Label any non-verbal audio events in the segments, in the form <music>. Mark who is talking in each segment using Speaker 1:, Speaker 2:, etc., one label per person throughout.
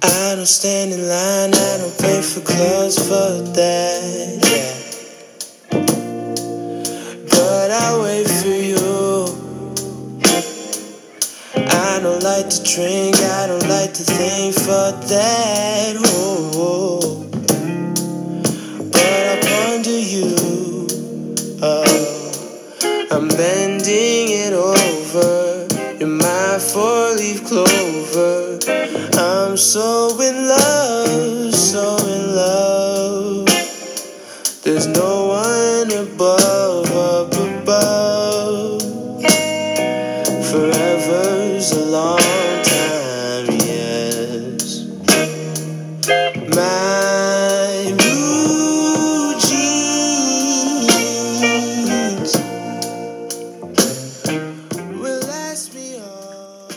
Speaker 1: don't stand in line, I don't pay for clothes for that. Yeah. But I wait for you. I don't like to drink, I don't like to think for that. Ooh. But I ponder you. Oh. I'm bending it over. You're my four leaf clover. I'm so in love, so in love. There's no one above, up above. Forever's a long time, yes. My blue jeans will last me all.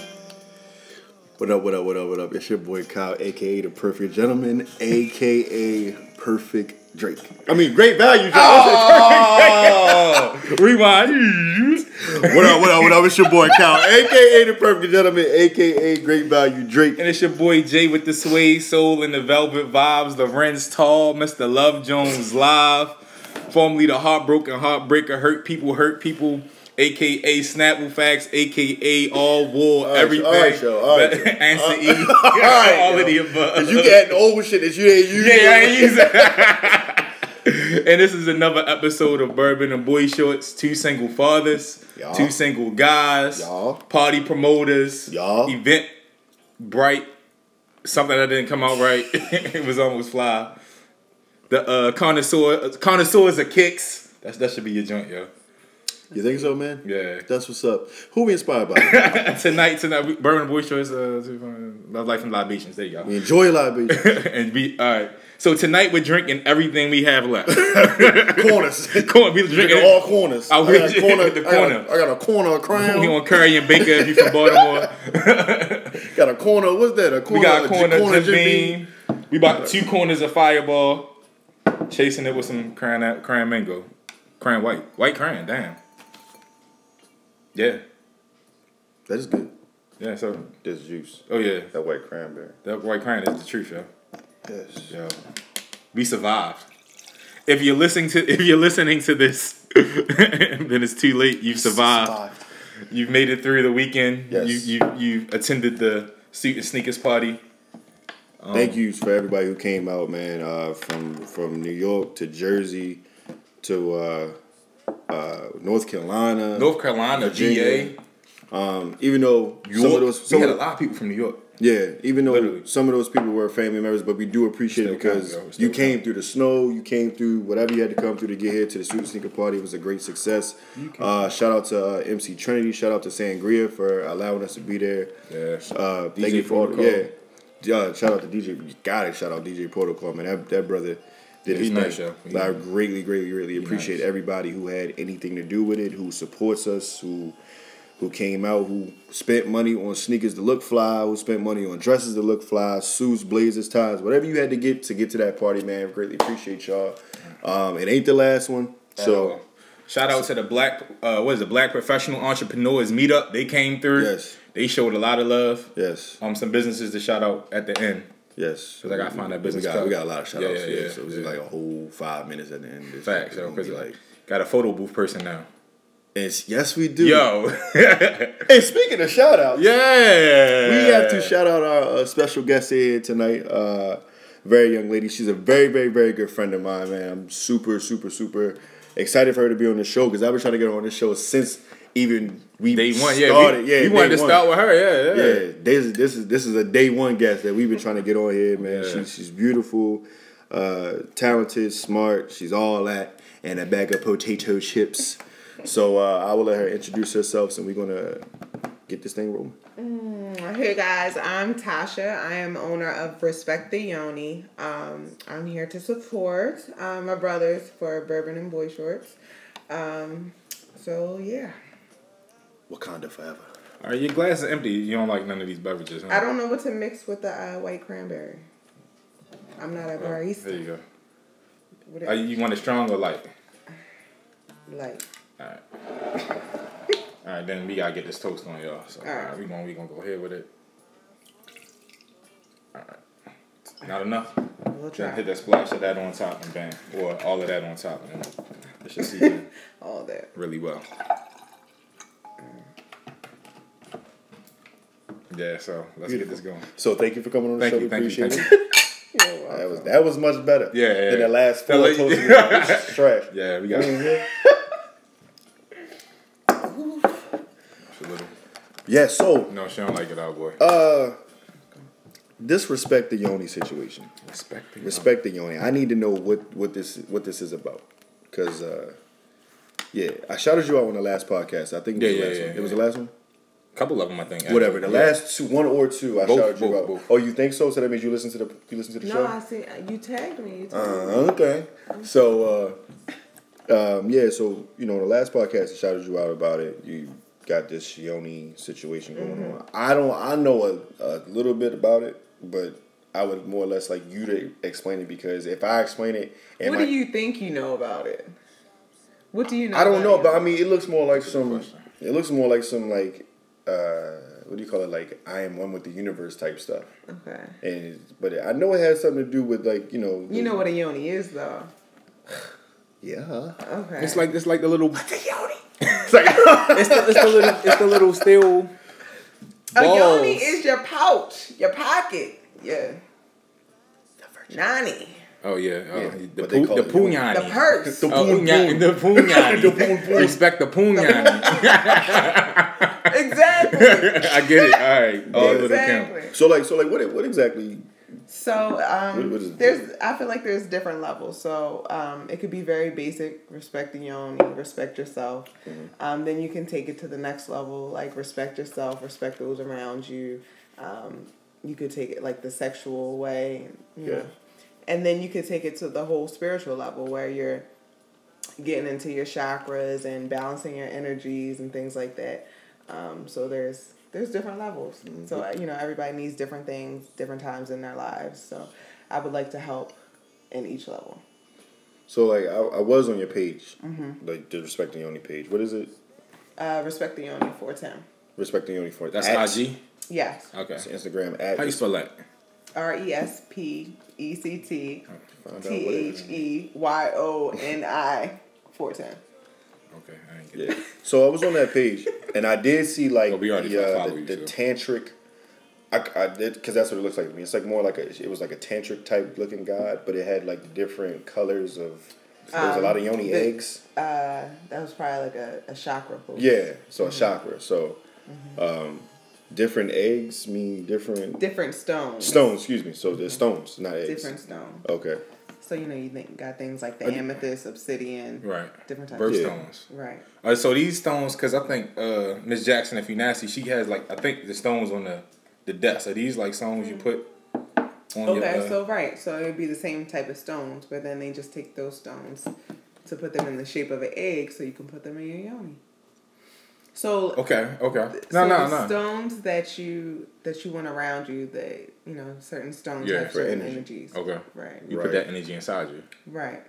Speaker 2: What up, what up, what up, what up? It's your boy Kyle, aka the perfect gentleman, aka perfect Drake. I mean, great value, Drake.
Speaker 3: Oh, rewind.
Speaker 2: What up, what up, what up? It's your boy Kyle, aka the perfect gentleman, aka great value, Drake.
Speaker 3: And it's your boy Jay with the suede soul and the velvet vibes, the Ren's tall, Mr. Love Jones live, formerly the heartbroken heartbreaker, hurt people, hurt people, aka Snapple Facts, aka all war,
Speaker 2: right,
Speaker 3: everything,
Speaker 2: all right, yo, all right, yo.
Speaker 3: <laughs> answer
Speaker 2: <laughs>
Speaker 3: E, all,
Speaker 2: right,
Speaker 3: of the
Speaker 2: yo.
Speaker 3: above.
Speaker 2: Cause you getting old shit that you ain't using.
Speaker 3: Yeah, I ain't use it. <laughs> and this is another episode of Bourbon and Boy Shorts. Two single fathers,
Speaker 2: Y'all.
Speaker 3: two single guys,
Speaker 2: Y'all.
Speaker 3: party promoters,
Speaker 2: Y'all.
Speaker 3: event bright. Something that didn't come out right. <laughs> it was almost fly. The uh, connoisseur, connoisseurs of kicks. That's that should be your joint, yo. <laughs>
Speaker 2: You think so, man?
Speaker 3: Yeah.
Speaker 2: That's what's up. Who we inspired by?
Speaker 3: tonight, tonight, we- Bourbon and Boy Shorts. Uh, love life and libations. There you go. <laughs>
Speaker 2: we enjoy live <laughs>
Speaker 3: and be all right. So tonight we're drinking everything we have
Speaker 2: <laughs>
Speaker 3: left. <laughs>
Speaker 2: corners. Oh,
Speaker 3: Corn, we
Speaker 2: Drinking
Speaker 3: drinking
Speaker 2: all corners.
Speaker 3: I
Speaker 2: I,
Speaker 3: will-
Speaker 2: got a corner.
Speaker 3: the
Speaker 2: I, got
Speaker 3: corner.
Speaker 2: a, I got a corner <laughs> of
Speaker 3: We
Speaker 2: crown.
Speaker 3: on Curry and Baker if you from
Speaker 2: <laughs>
Speaker 3: Baltimore.
Speaker 2: Got a corner. What's that? A corner.
Speaker 3: We got a corner of Jim
Speaker 2: Jim Beam.
Speaker 3: Beam. We bought two corners of Fireball, chasing it with some crayon, crayon mango, crayon white, white crayon. Damn. Yeah,
Speaker 2: That is good.
Speaker 3: yeah. So,
Speaker 2: This juice.
Speaker 3: oh yeah,
Speaker 2: That white cranberry.
Speaker 3: that white crayon is the truth, yo.
Speaker 2: Yes.
Speaker 3: Yo, we survived. If you're listening to <laughs> if you're listening to this, <laughs> then it's too late. You've survived. You've made it through the weekend.
Speaker 2: Yes.
Speaker 3: You you you attended the suit and sneakers party.
Speaker 2: Thank
Speaker 3: Um,
Speaker 2: you for everybody who came out, man. Uh, from from New York to Jersey to uh, uh, North Carolina.
Speaker 3: North Carolina,
Speaker 2: Virginia,
Speaker 3: VA.
Speaker 2: Um, even though some of those, some
Speaker 3: we
Speaker 2: of
Speaker 3: had a lot of people from New York.
Speaker 2: Yeah, even though
Speaker 3: Literally.
Speaker 2: some of those people were family members, but we do appreciate it
Speaker 3: Still
Speaker 2: because
Speaker 3: count, yo. Still
Speaker 2: you came through the snow, you came through whatever you had to come through to get here to the Super Sneaker Party. It was a great success. Uh, shout out to uh, MC Trinity. Shout out to Sangria for allowing us to be there.
Speaker 3: Yes.
Speaker 2: Uh,
Speaker 3: DJ
Speaker 2: thank you for all the,
Speaker 3: Protocol.
Speaker 2: yeah. Yeah, shout out to DJ. You got to shout out DJ Protocol, man. That, that brother did his
Speaker 3: he's
Speaker 2: thing.
Speaker 3: nice, yo. He-
Speaker 2: Like, I greatly, greatly, greatly appreciate everybody who had anything to do with it, who supports us, who who came out, who spent money on sneakers to look fly, who spent money on dresses to look fly, suits, blazers, ties, whatever you had to get to get to that party, man. Greatly appreciate y'all. Um, it ain't the last one, so
Speaker 3: So Uh, shout out to the black uh what is it, black professional entrepreneurs meetup. They came through.
Speaker 2: Yes.
Speaker 3: They showed a lot of love.
Speaker 2: yes,
Speaker 3: Um some businesses to shout out at the end.
Speaker 2: yes.
Speaker 3: I gotta find that business
Speaker 2: We got, we
Speaker 3: card.
Speaker 2: got a lot of shout outs.
Speaker 3: Yeah,
Speaker 2: Yeah,
Speaker 3: yeah, yeah,
Speaker 2: so it was
Speaker 3: yeah.
Speaker 2: like a whole five minutes at the end. It's-
Speaker 3: Facts.
Speaker 2: it's
Speaker 3: Yo,
Speaker 2: gonna be
Speaker 3: cause
Speaker 2: like,
Speaker 3: got a photo booth person now.
Speaker 2: it's, yes, we do.
Speaker 3: Yo. <laughs>
Speaker 2: And speaking of shout outs,
Speaker 3: yeah.
Speaker 2: We have to shout out our uh, special guest here tonight. Uh, very young lady. She's a very, very, very good friend of mine, man. I'm super, super, super excited for her to be on the show because I've been trying to get her on the show since even we
Speaker 3: Day one, yeah.
Speaker 2: started.
Speaker 3: we,
Speaker 2: yeah,
Speaker 3: we wanted
Speaker 2: day
Speaker 3: to
Speaker 2: one.
Speaker 3: start with her, yeah, yeah.
Speaker 2: Yeah, this is this is this is a day one guest that we've been trying to get on here, man.
Speaker 3: Yeah.
Speaker 2: She, she's beautiful, uh, talented, smart. She's all that, and a bag of potato chips. So uh, I will let her introduce herself, and we're gonna get this thing rolling.
Speaker 4: Hey guys, I'm Tasha. I am owner of Respect the Yoni. Um, I'm here to support um, my brothers for Bourbon and Boy Shorts. Um, so yeah,
Speaker 2: Wakanda forever.
Speaker 3: All right, your glass is empty. You don't like none of these beverages, huh?
Speaker 4: I don't know what to mix with the uh, white cranberry. I'm not
Speaker 2: Oh.
Speaker 4: a
Speaker 3: There
Speaker 4: barista.
Speaker 3: you go.
Speaker 4: What it-
Speaker 3: Are you, you want it strong or light?
Speaker 4: like,
Speaker 3: Alright. Alright, then we gotta get this toast on y'all. So
Speaker 4: Alright.
Speaker 3: alright, we gonna we gonna go ahead with it. Alright. Not enough.
Speaker 4: We'll
Speaker 3: Then hit
Speaker 4: try
Speaker 3: that splash of that on top and bang, or all of that on top. And that should season
Speaker 4: all that.
Speaker 3: really well. Yeah, so let's get this going.
Speaker 2: So thank you for coming on the
Speaker 3: Thank
Speaker 2: show.
Speaker 3: you,
Speaker 2: we
Speaker 3: thank you,
Speaker 2: appreciate
Speaker 3: thank
Speaker 2: it. That was that was much better.
Speaker 3: Yeah, yeah,
Speaker 2: Than the
Speaker 3: yeah.
Speaker 2: last
Speaker 3: That
Speaker 2: four
Speaker 3: was-
Speaker 2: toast we had,
Speaker 3: <laughs>
Speaker 2: which is trash.
Speaker 3: Yeah, we got It's a little-
Speaker 2: Yeah. So
Speaker 3: No, she don't like it, our boy.
Speaker 2: disrespect the Yoni situation.
Speaker 3: Respect. the-
Speaker 2: Respect the Yoni. I need to know what what this what this is about. Cause uh, yeah, I shouted you out on the last podcast. I think it was the
Speaker 3: Yeah, yeah,
Speaker 2: last
Speaker 3: yeah,
Speaker 2: one.
Speaker 3: yeah.
Speaker 2: it was the last one.
Speaker 3: couple of them, I think. actually.
Speaker 2: Whatever. The
Speaker 3: Yeah.
Speaker 2: last two, one or two, I
Speaker 3: Both,
Speaker 2: shouted you
Speaker 3: both,
Speaker 2: out.
Speaker 3: both.
Speaker 2: Oh, you think so? So that means you listen to the you listen to the show.
Speaker 4: No, I see. uh, You tagged me. You tagged
Speaker 2: Uh,
Speaker 4: me.
Speaker 2: okay. So, uh, um, yeah, so, you know, the last podcast, I shouted you out about it. You got this Shioni situation going
Speaker 4: Mm-hmm.
Speaker 2: on. I don't, I know a, a little bit about it, but I would more or less like you to explain it because if I explain it, and
Speaker 4: What do you think you know about it? What do you know?
Speaker 2: I don't know,
Speaker 4: about
Speaker 2: but I
Speaker 4: it?
Speaker 2: mean, it looks more like some,
Speaker 3: question.
Speaker 2: it looks more like some, like, uh, what do you call it? Like, I am one with the universe type stuff.
Speaker 4: Okay.
Speaker 2: And, but I know it has something to do with, like, you know,
Speaker 4: You know what a yoni is, though.
Speaker 2: yeah.
Speaker 4: Okay.
Speaker 3: It's like it's like the little. it's like it's the, it's the little it's the little steel.
Speaker 4: a
Speaker 3: balls.
Speaker 4: yoni is your pouch, your pocket. Yeah. Nani.
Speaker 3: Oh yeah, oh,
Speaker 2: Yeah,
Speaker 3: the
Speaker 2: but they
Speaker 3: pu-
Speaker 2: call
Speaker 3: the
Speaker 2: it yoni.
Speaker 4: The
Speaker 3: punyani.
Speaker 4: purse.
Speaker 3: Oh,
Speaker 2: poon
Speaker 3: unya-
Speaker 2: poon.
Speaker 3: the
Speaker 2: <laughs>
Speaker 3: punyani.
Speaker 2: The poon poon.
Speaker 3: Respect the punyani.
Speaker 2: <laughs>
Speaker 4: exactly.
Speaker 3: <laughs> I get it. All right, all over the count.
Speaker 4: exactly.
Speaker 2: So, like, so, like, what, what exactly
Speaker 4: So um,
Speaker 2: What- what is it?
Speaker 4: there's, I feel like there's different levels. So um, it could be very basic, respect the yoni, respect yourself.
Speaker 2: Mm-hmm.
Speaker 4: Um, then you can take it to the next level, like respect yourself, respect those around you. Um, you could take it like the sexual way, you
Speaker 2: Yeah.
Speaker 4: know. and then you could take it to the whole spiritual level where you're getting into your chakras and balancing your energies and things like that. Um, so there's there's different levels. So
Speaker 2: Mm-hmm.
Speaker 4: uh, you know everybody needs different things, different times in their lives. So I would like to help in each level.
Speaker 2: So like I, I was on your page,
Speaker 4: Mm-hmm.
Speaker 2: like the Respect the Yoni page. What is it?
Speaker 4: Uh, respect the yoni four ten.
Speaker 2: Respect the Yoni for
Speaker 3: That's
Speaker 2: at-
Speaker 3: IG.
Speaker 4: Yes.
Speaker 3: Okay.
Speaker 2: It's Instagram at
Speaker 3: How
Speaker 2: <laughs>
Speaker 3: you spell that?
Speaker 4: R E S P E C T
Speaker 2: Find out
Speaker 4: T
Speaker 2: what it
Speaker 4: H
Speaker 2: is.
Speaker 4: E Y O N I four ten.
Speaker 3: Okay, I ain't get it.
Speaker 2: Yeah. So I was on that page, and I did see like
Speaker 3: Oh, we already
Speaker 2: the, uh,
Speaker 3: follow
Speaker 2: the,
Speaker 3: you,
Speaker 2: the
Speaker 3: so.
Speaker 2: tantric. I, I did because that's what it looks like to me. It's like more like a it was like a tantric type looking god, but it had like the different colors of. There was a lot of yoni
Speaker 4: Um, the-
Speaker 2: eggs.
Speaker 4: Uh, that was probably like a, a chakra. pool.
Speaker 2: Yeah, so
Speaker 4: Mm-hmm.
Speaker 2: a chakra. So, um, different eggs mean different
Speaker 4: Different stones.
Speaker 2: stones. Excuse me. So there's stones, not eggs.
Speaker 4: Mm-hmm. Different stone.
Speaker 2: Okay.
Speaker 4: So you know you think got things like the amethyst, obsidian,
Speaker 3: Right.
Speaker 4: Different types.
Speaker 3: Birthstones.
Speaker 2: Yeah.
Speaker 4: Right.
Speaker 3: All right, so these stones, because I think uh, Miss Jackson, if you nasty, she has like I think the stones on the the desk. Are these like stones you put on
Speaker 4: Okay,
Speaker 3: your? Uh,
Speaker 4: so right, so it would be the same type of stones, but then they just take those stones to put them in the shape of an egg, so you can put them in your yoni. So
Speaker 3: okay, okay. No,
Speaker 4: so
Speaker 3: no,
Speaker 4: the
Speaker 3: no.
Speaker 4: stones that you that you want around you, that you know, certain stones
Speaker 3: Yeah,
Speaker 4: have
Speaker 2: for
Speaker 4: certain
Speaker 2: energy.
Speaker 4: energies.
Speaker 3: Okay.
Speaker 4: Right.
Speaker 3: You
Speaker 2: Right.
Speaker 3: put that energy inside you.
Speaker 4: Right.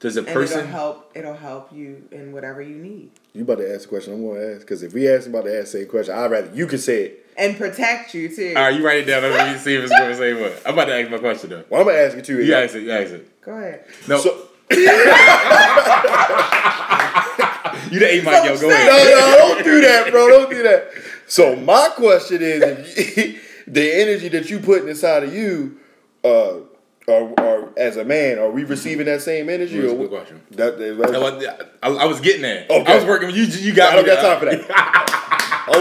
Speaker 3: Does a
Speaker 4: And
Speaker 3: person?
Speaker 4: it'll help. It'll help you in whatever you need
Speaker 2: You about to ask a question. I'm going to ask because if we ask about to ask the same question, I'd rather you could say it.
Speaker 4: and protect you too.
Speaker 3: All right, you write it down. Let me see if it's going to say what. I'm about to ask my question though.
Speaker 2: Well, I'm gonna ask it too.
Speaker 3: You ask it. You ask it.
Speaker 4: Go ahead.
Speaker 3: No, <laughs>
Speaker 2: So,
Speaker 3: you the A mic, yo. Go ahead.
Speaker 2: no, no, don't do that, bro. Don't do that. So my question is, if you, <laughs> the energy that you putting inside of you, uh, or, or as a man, are we receiving that same energy?
Speaker 3: That's a
Speaker 2: Or
Speaker 3: good
Speaker 2: what?
Speaker 3: question.
Speaker 2: That, that, that-
Speaker 3: No, I, I, I was getting there.
Speaker 2: Okay.
Speaker 3: I was working. You you got.
Speaker 2: I don't
Speaker 3: me
Speaker 2: got
Speaker 3: there.
Speaker 2: time for that.
Speaker 3: <laughs>
Speaker 2: I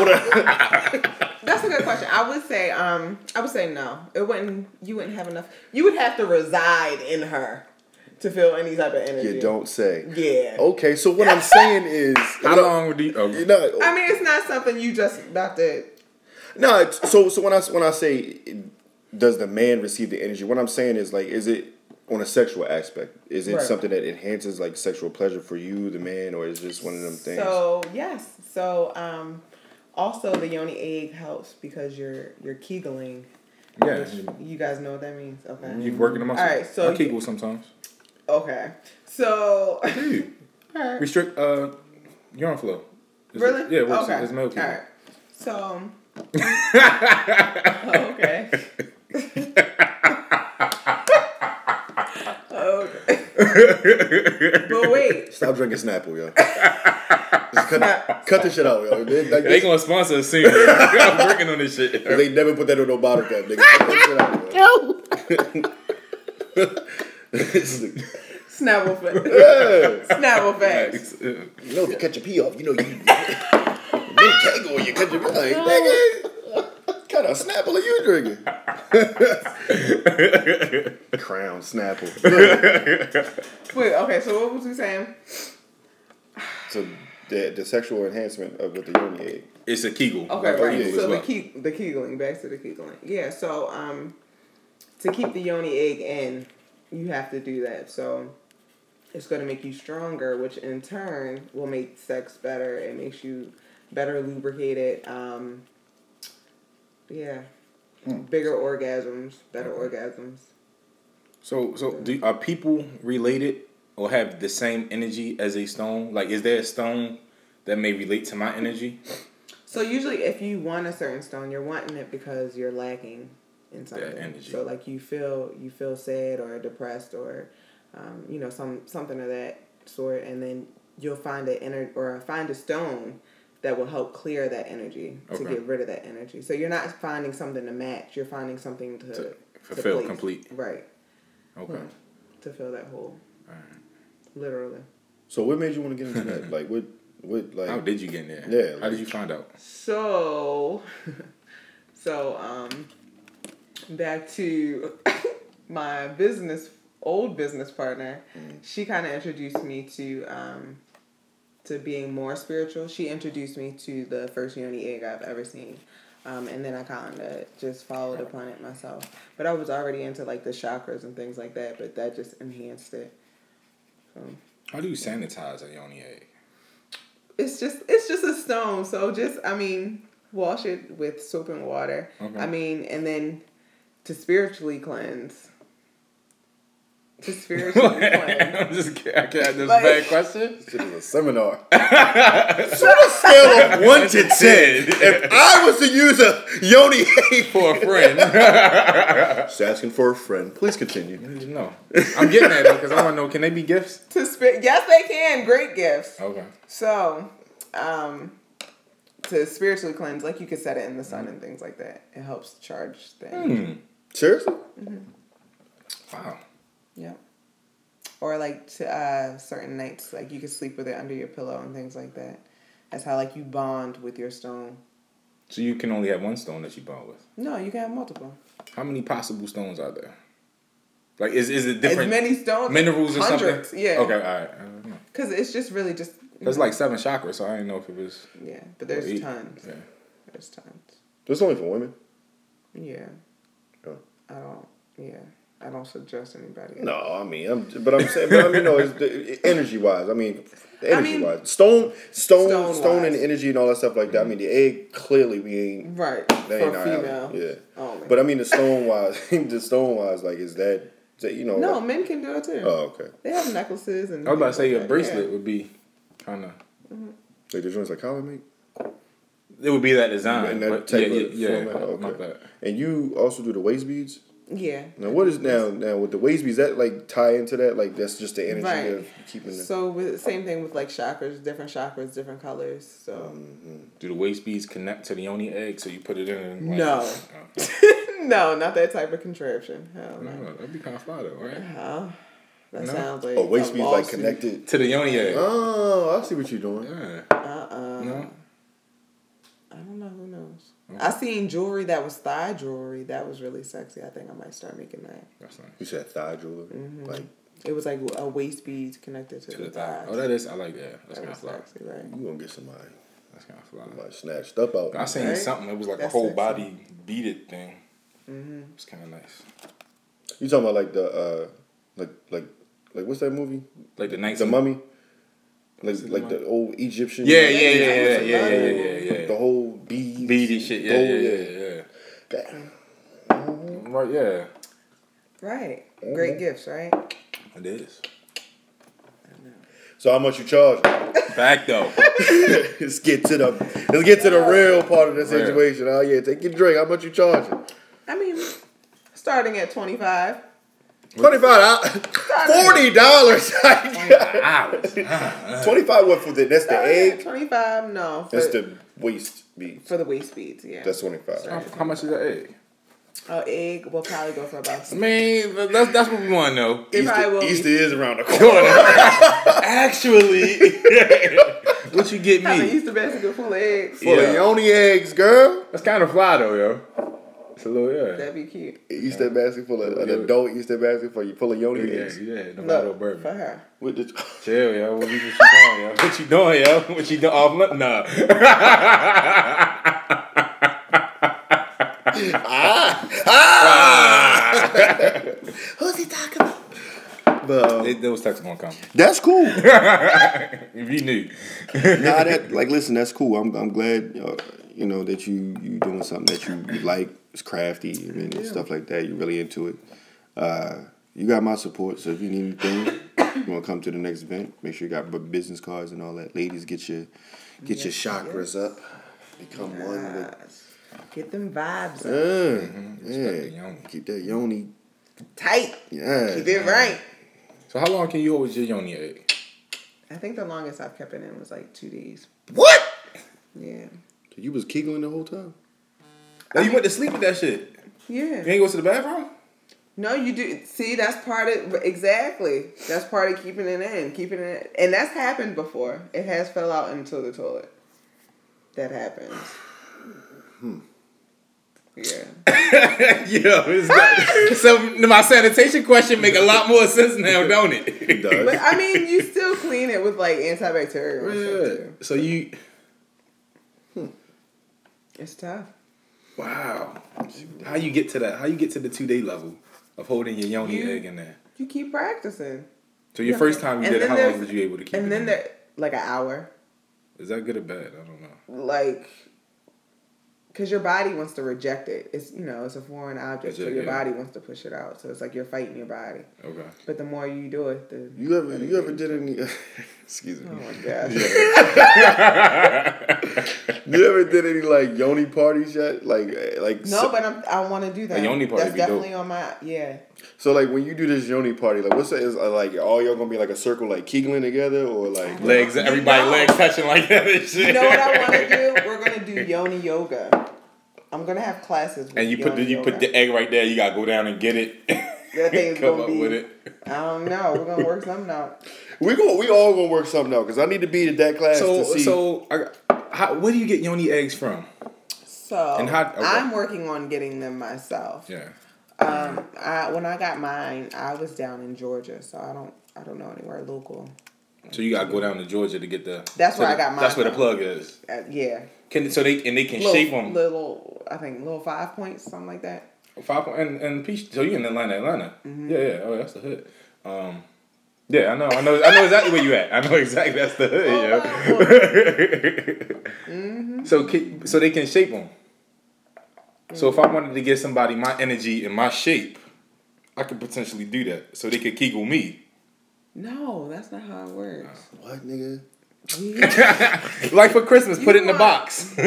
Speaker 2: wanna- <laughs>
Speaker 4: That's a good question. I would say, um, I would say no. It wouldn't. You wouldn't have enough. You would have to reside in her to feel any type of energy.
Speaker 2: you don't Oh. say.
Speaker 4: Yeah.
Speaker 2: Okay, so what I'm saying is,
Speaker 3: How long would you? Oh,
Speaker 2: You know,
Speaker 4: I mean, it's not something you just about to.
Speaker 2: No, it's- so so when I when I say does the man receive the energy, what I'm saying is like, is it on a sexual aspect? Is it
Speaker 4: Right.
Speaker 2: something that enhances like sexual pleasure for you, the man, or is it just one of them things?
Speaker 4: So yes. So um, also the yoni egg helps because you're you're kegeling.
Speaker 3: yeah.
Speaker 4: You guys know what that means, okay?
Speaker 3: You working the muscle.
Speaker 4: All right, so
Speaker 3: I kegel sometimes.
Speaker 4: Okay. So <laughs>
Speaker 3: Dude, restrict uh, urine flow. Is
Speaker 4: really,
Speaker 3: It, yeah, it works.
Speaker 4: okay.
Speaker 3: It's male
Speaker 4: All
Speaker 3: kegel.
Speaker 4: right. um,
Speaker 3: <laughs>
Speaker 4: Oh, So. okay. Oh,
Speaker 3: <laughs>
Speaker 4: But wait,
Speaker 2: Stop drinking Snapple, yo. Just cut, cut the shit out, yo. They, like,
Speaker 3: They
Speaker 2: this-
Speaker 3: gonna sponsor us soon. <laughs> I'm working on this shit.
Speaker 2: they never put that on no bottle cap, nigga. Cut that shit out, yo. This nigga-
Speaker 4: Snapple
Speaker 3: <laughs>
Speaker 4: facts. Snapple facts.
Speaker 2: You know, if you cut your pee off, you know you. you tangle when you cut your pee off. Like, nigga, what kind of Snapple are you drinking? Crown Snapple.
Speaker 4: Wait, okay, so what was we saying?
Speaker 2: so the, the sexual enhancement of with the yoni egg.
Speaker 3: It's a Kegel.
Speaker 4: Okay,
Speaker 2: Oh,
Speaker 4: right.
Speaker 2: yeah,
Speaker 4: so
Speaker 2: as
Speaker 4: the
Speaker 2: well.
Speaker 4: keep the kegling, back to the kegling. Yeah, so um to keep the yoni egg in, you have to do that. So it's gonna make you stronger, which in turn will make sex better. It makes you better lubricated. Um yeah.
Speaker 2: Hmm.
Speaker 4: Bigger orgasms, better orgasms.
Speaker 3: So, so do, are people related or have the same energy as a stone? Like, is there a stone that may relate to my energy?
Speaker 4: So usually, if you want a certain stone, you're wanting it because you're lacking in something.
Speaker 3: energy.
Speaker 4: So like you feel you feel sad or depressed or um, you know some something of that sort, and then you'll find an energy or find a stone that will help clear that energy to
Speaker 3: Okay.
Speaker 4: get rid of that energy. So you're not finding something to match. You're finding something to, to
Speaker 3: fulfill,
Speaker 4: place.
Speaker 3: complete.
Speaker 4: Right
Speaker 3: Okay.
Speaker 2: Hmm.
Speaker 4: to fill that hole. Literally.
Speaker 2: So what made you want to get into that? Like what? What like?
Speaker 3: How did you get in there?
Speaker 2: Yeah,
Speaker 3: How
Speaker 2: like-
Speaker 3: did you find out?
Speaker 4: So, <laughs> so um, back to <laughs> my business, old business partner. She kind of introduced me to um, to being more spiritual. She introduced me to the first yoni egg I've ever seen. Um, and then I kind of just followed upon it myself. But I was already into like the chakras and things like that, but that just enhanced it.
Speaker 3: How do you sanitize a yoni egg?
Speaker 4: it's just it's just a stone. So just I mean, wash it with soap and water.
Speaker 3: Okay.
Speaker 4: I mean, and then to spiritually cleanse.
Speaker 3: <laughs>
Speaker 4: To spiritually cleanse.
Speaker 3: I'm just kidding. I can't. That's
Speaker 4: Like-
Speaker 3: a bad question.
Speaker 2: This is a seminar. <laughs> so on a scale of one to ten,
Speaker 3: <laughs>
Speaker 2: if I was to use a yoni egg,
Speaker 3: For a friend.
Speaker 2: <laughs> just asking for a friend. Please continue.
Speaker 3: no. I'm getting at it because I want to know can they be gifts?
Speaker 4: To spit. Yes, they can. Great gifts.
Speaker 3: Okay.
Speaker 4: So, um, to spiritually cleanse, like you could set it in the sun and things like that. It helps charge things.
Speaker 3: Hmm.
Speaker 2: Seriously?
Speaker 3: Wow.
Speaker 4: Yeah. Or like to uh, certain nights, like you could sleep with it under your pillow and things like that. That's how like you bond with your stone.
Speaker 3: So you can only have one stone that you bond with.
Speaker 4: No, you can have multiple.
Speaker 3: How many possible stones are there? Like, is is it
Speaker 4: as
Speaker 3: different
Speaker 4: many stones,
Speaker 3: minerals or
Speaker 4: hundreds,
Speaker 3: something?
Speaker 4: Yeah,
Speaker 3: Okay. All right. I don't know.
Speaker 4: Because it's just really just
Speaker 3: That's like seven chakras, so I didn't know if it was.
Speaker 4: yeah, but there's
Speaker 3: Eight.
Speaker 4: tons.
Speaker 3: Yeah.
Speaker 4: There's tons.
Speaker 2: This is only for women.
Speaker 4: Yeah,
Speaker 2: Oh.
Speaker 4: I don't. Yeah, I don't suggest anybody.
Speaker 2: No, I mean, I'm, but I'm saying, but I mean, you know, it's energy wise. I mean, energy
Speaker 4: mean-
Speaker 2: wise, stone, stone, stone,
Speaker 4: Stone-wise.
Speaker 2: and energy and all that stuff like that. I mean, the egg clearly we ain't
Speaker 4: Right
Speaker 2: that
Speaker 4: for
Speaker 2: ain't our
Speaker 4: female. Oh,
Speaker 2: alley. Yeah,
Speaker 4: Only.
Speaker 2: but I mean, the stone wise, <laughs> the stone wise, like is that, is that, you know?
Speaker 4: no,
Speaker 2: like-
Speaker 4: men can do it too.
Speaker 2: oh, okay.
Speaker 4: They have necklaces and.
Speaker 3: uh, I was about to say
Speaker 4: things
Speaker 3: a
Speaker 4: like that,
Speaker 3: bracelet
Speaker 4: yeah.
Speaker 3: would be kind of.
Speaker 2: Like the joints like collar mate,
Speaker 3: It would be that design.
Speaker 2: and that
Speaker 3: but
Speaker 2: type
Speaker 3: yeah,
Speaker 2: of
Speaker 3: yeah, yeah.
Speaker 2: format.
Speaker 3: My
Speaker 2: Okay.
Speaker 3: bad.
Speaker 2: And you also do the waist beads.
Speaker 4: Yeah.
Speaker 2: Now, what is now now with the waist beads that like tie into that? Like that's just the energy
Speaker 4: Right.
Speaker 2: of keeping
Speaker 3: Mm-hmm.
Speaker 2: the
Speaker 4: So with same thing with like chakras, different chakras, different colors. So
Speaker 3: Mm. Do the waist beads connect to the yoni egg? So you put it in. And like,
Speaker 4: No.
Speaker 3: Oh.
Speaker 4: <laughs> no, not that type of contraption. Hell no.
Speaker 3: No, that'd be kind of fly though, right?
Speaker 4: Huh? That
Speaker 3: Mm. No.
Speaker 4: sounds like
Speaker 2: oh waist
Speaker 4: a
Speaker 2: beads like
Speaker 4: lawsuit.
Speaker 2: connected.
Speaker 3: To the yoni egg.
Speaker 2: Oh, I see what you're doing.
Speaker 3: Yeah.
Speaker 4: Uh-uh.
Speaker 3: No.
Speaker 4: I don't know. Who knows? I seen jewelry that was thigh jewelry that was really sexy. I think I might start making that.
Speaker 3: That's nice.
Speaker 2: You said thigh jewelry,
Speaker 4: Mm-hmm.
Speaker 2: like
Speaker 4: It was like a waist beads connected to,
Speaker 3: To
Speaker 4: the
Speaker 3: the thigh.
Speaker 4: thighs.
Speaker 3: Oh, that is. I like that. That's
Speaker 4: That
Speaker 3: kind
Speaker 4: was
Speaker 3: of fly.
Speaker 4: sexy, right?
Speaker 2: You gonna get somebody,
Speaker 3: That's kind of fly.
Speaker 2: somebody snatched up out.
Speaker 3: I seen
Speaker 4: Right?
Speaker 3: something. It was like
Speaker 4: That's Mm-hmm.
Speaker 3: a whole
Speaker 4: sexy.
Speaker 3: body beaded thing. It's kind of nice.
Speaker 2: You talking about like the uh, like like like what's that movie?
Speaker 3: Like the
Speaker 2: The
Speaker 3: 19...
Speaker 2: Mummy. Like like the old Egyptian.
Speaker 3: Yeah, yeah, yeah, yeah, yeah, yeah, yeah, yeah.
Speaker 2: The whole beads,
Speaker 3: Beady shit. Yeah,
Speaker 2: gold,
Speaker 3: yeah, yeah, yeah.
Speaker 2: Damn.
Speaker 3: Right, yeah.
Speaker 4: Right. Great gifts, right?
Speaker 3: It is.
Speaker 2: So how much you charge? <laughs>
Speaker 3: Back <laughs> though.
Speaker 2: let's get to the let's get to the real part of the
Speaker 3: Real.
Speaker 2: situation. Oh yeah, take your drink. How much you charging?
Speaker 4: I mean, starting at twenty five.
Speaker 2: Twenty five dollars, <laughs> forty dollars. <laughs>
Speaker 3: Hours.
Speaker 2: Twenty five. What for the? That's the egg.
Speaker 4: Twenty-five. No, for,
Speaker 2: That's the waist beads.
Speaker 4: for the waist beads. Yeah.
Speaker 2: That's twenty five.
Speaker 3: How much is that egg?
Speaker 4: Oh, egg will probably go for about.
Speaker 3: I mean, that's, that's what we want to know.
Speaker 4: It probably
Speaker 2: Easter,
Speaker 4: will be.
Speaker 2: Easter is around the
Speaker 3: <laughs>
Speaker 2: corner.
Speaker 3: Actually, what you get
Speaker 4: Have an
Speaker 3: me?
Speaker 4: Easter basket full of eggs.
Speaker 2: For the Yoni eggs, girl.
Speaker 3: That's kind of fly though, yo. It's a little yeah.
Speaker 4: That'd be cute.
Speaker 2: Easter basket full of an adult Easter basket for you full of Yoni
Speaker 3: Yeah,
Speaker 2: eggs.
Speaker 3: yeah, no
Speaker 4: Look,
Speaker 3: matter what
Speaker 4: for
Speaker 3: bourbon.
Speaker 4: her.
Speaker 2: With the,
Speaker 3: Chill, yo. What you, what you doing, yo? <laughs> What you doing, yo? What you doing? Off lim- Nah.
Speaker 2: Who's he talking about? But um,
Speaker 3: It, those texts gonna come.
Speaker 2: that's cool. nah,
Speaker 3: If you knew.
Speaker 4: <laughs>
Speaker 2: that like listen, that's cool. I'm I'm glad uh, you know that you you doing something that you, you like. It's crafty and stuff like that. You're really into it. Uh, you got my support. So if you need anything, you want to come to the next event. Make sure you got bu- business cards and all that. Ladies, get your get your chakras up. Become one with
Speaker 4: Get them vibes
Speaker 2: Yeah,
Speaker 4: up. Mm-hmm.
Speaker 3: the
Speaker 2: yeah.
Speaker 3: yoni.
Speaker 2: Keep that yoni.
Speaker 4: tight.
Speaker 2: Yeah.
Speaker 4: Keep it right.
Speaker 3: So how long can you hold your yoni egg?
Speaker 4: I think the longest I've kept it in was like two days.
Speaker 2: What?
Speaker 4: Yeah.
Speaker 2: You was giggling the whole time.
Speaker 3: Oh, you went to sleep with that shit. You
Speaker 4: Yeah.
Speaker 3: ain't go to the bathroom. <laughs>
Speaker 4: No, you do. See, that's part of exactly. That's part of keeping it in, keeping it, and that's happened before. It has fell out into the toilet. That happens.
Speaker 3: Hmm.
Speaker 4: Yeah.
Speaker 3: yeah, it's not- <laughs> so my sanitation question make a lot more sense now, don't it?
Speaker 4: But I mean, you still clean it with like antibacterial. and stuff,
Speaker 3: <laughs> Yeah.
Speaker 4: too.
Speaker 3: So you,
Speaker 4: It's tough.
Speaker 3: wow, how you get to that? How you get to the two day level of holding your yoni
Speaker 4: You-
Speaker 3: egg in there?
Speaker 4: You keep practicing,
Speaker 3: So your first time you
Speaker 4: And
Speaker 3: did it,
Speaker 4: then
Speaker 3: how long
Speaker 4: there's-
Speaker 3: was you able to keep? it
Speaker 4: and then
Speaker 3: in?
Speaker 4: there, like an hour,
Speaker 3: is that good or bad? I don't know.
Speaker 4: like because your body wants to reject it it's you know it's a foreign object so
Speaker 3: Reject,
Speaker 4: your
Speaker 3: yeah.
Speaker 4: body wants to push it out so it's like you're fighting your body
Speaker 3: Okay.
Speaker 4: but the more you do it
Speaker 3: <laughs>
Speaker 4: the
Speaker 2: You ever you ever did any <laughs> excuse me.
Speaker 4: oh my gosh
Speaker 2: You ever did any like yoni parties yet? Like eh, like
Speaker 4: <laughs> no
Speaker 2: so,
Speaker 4: but I'm, i want to do that
Speaker 3: A yoni party
Speaker 4: that's
Speaker 3: be dope.
Speaker 4: definitely on my yeah
Speaker 2: so like when you do this yoni party, like what's that is uh, like all y'all gonna be like a circle like kegling together or like
Speaker 3: <laughs> Legs,
Speaker 4: You
Speaker 3: everybody
Speaker 4: know.
Speaker 3: legs touching like that and shit.
Speaker 4: you know what i want to do we're
Speaker 3: <laughs>
Speaker 4: gonna do yoni yoga i'm gonna have classes with
Speaker 3: and you put the,
Speaker 4: yoni
Speaker 3: you put
Speaker 4: yoga.
Speaker 3: the egg right there. You gotta go down and get it.
Speaker 4: that
Speaker 3: <laughs>
Speaker 4: thing's
Speaker 3: Come
Speaker 4: gonna
Speaker 3: up
Speaker 4: be
Speaker 3: with it.
Speaker 4: i don't know we're gonna work something out
Speaker 2: we go we all gonna work something out because I need to be at that class
Speaker 3: So
Speaker 2: to see
Speaker 3: so, I, how, where do you get yoni eggs from?
Speaker 4: so
Speaker 3: And how- okay.
Speaker 4: i'm working on getting them myself
Speaker 3: Yeah.
Speaker 4: Um, I when I got mine, I was down in Georgia, so I don't I don't know anywhere local.
Speaker 3: So you gotta go down to Georgia to get the.
Speaker 4: That's
Speaker 3: to
Speaker 4: where
Speaker 3: the-
Speaker 4: I got mine
Speaker 3: That's where the
Speaker 4: from.
Speaker 3: plug is.
Speaker 4: Uh, yeah,
Speaker 3: Can so they and they can
Speaker 4: little,
Speaker 3: shape them.
Speaker 4: little I think little five points, something like that.
Speaker 3: Five point and and Peach. So you in Atlanta, Atlanta?
Speaker 4: Mm-hmm.
Speaker 3: Yeah, yeah. Oh, that's the hood. Um, yeah, I know, I know, I know exactly where you at. I know exactly that's the hood.
Speaker 4: Oh,
Speaker 3: yo.
Speaker 4: Mm-hmm.
Speaker 3: So ki- so they can shape them. So
Speaker 4: Mm.
Speaker 3: if I wanted to give somebody my energy and my shape, I could potentially do that. So they could kegel me.
Speaker 4: No, that's not how it works.
Speaker 2: what
Speaker 3: <laughs>
Speaker 2: nigga.
Speaker 3: Like for Christmas, put it in the
Speaker 4: are-
Speaker 3: box. <laughs>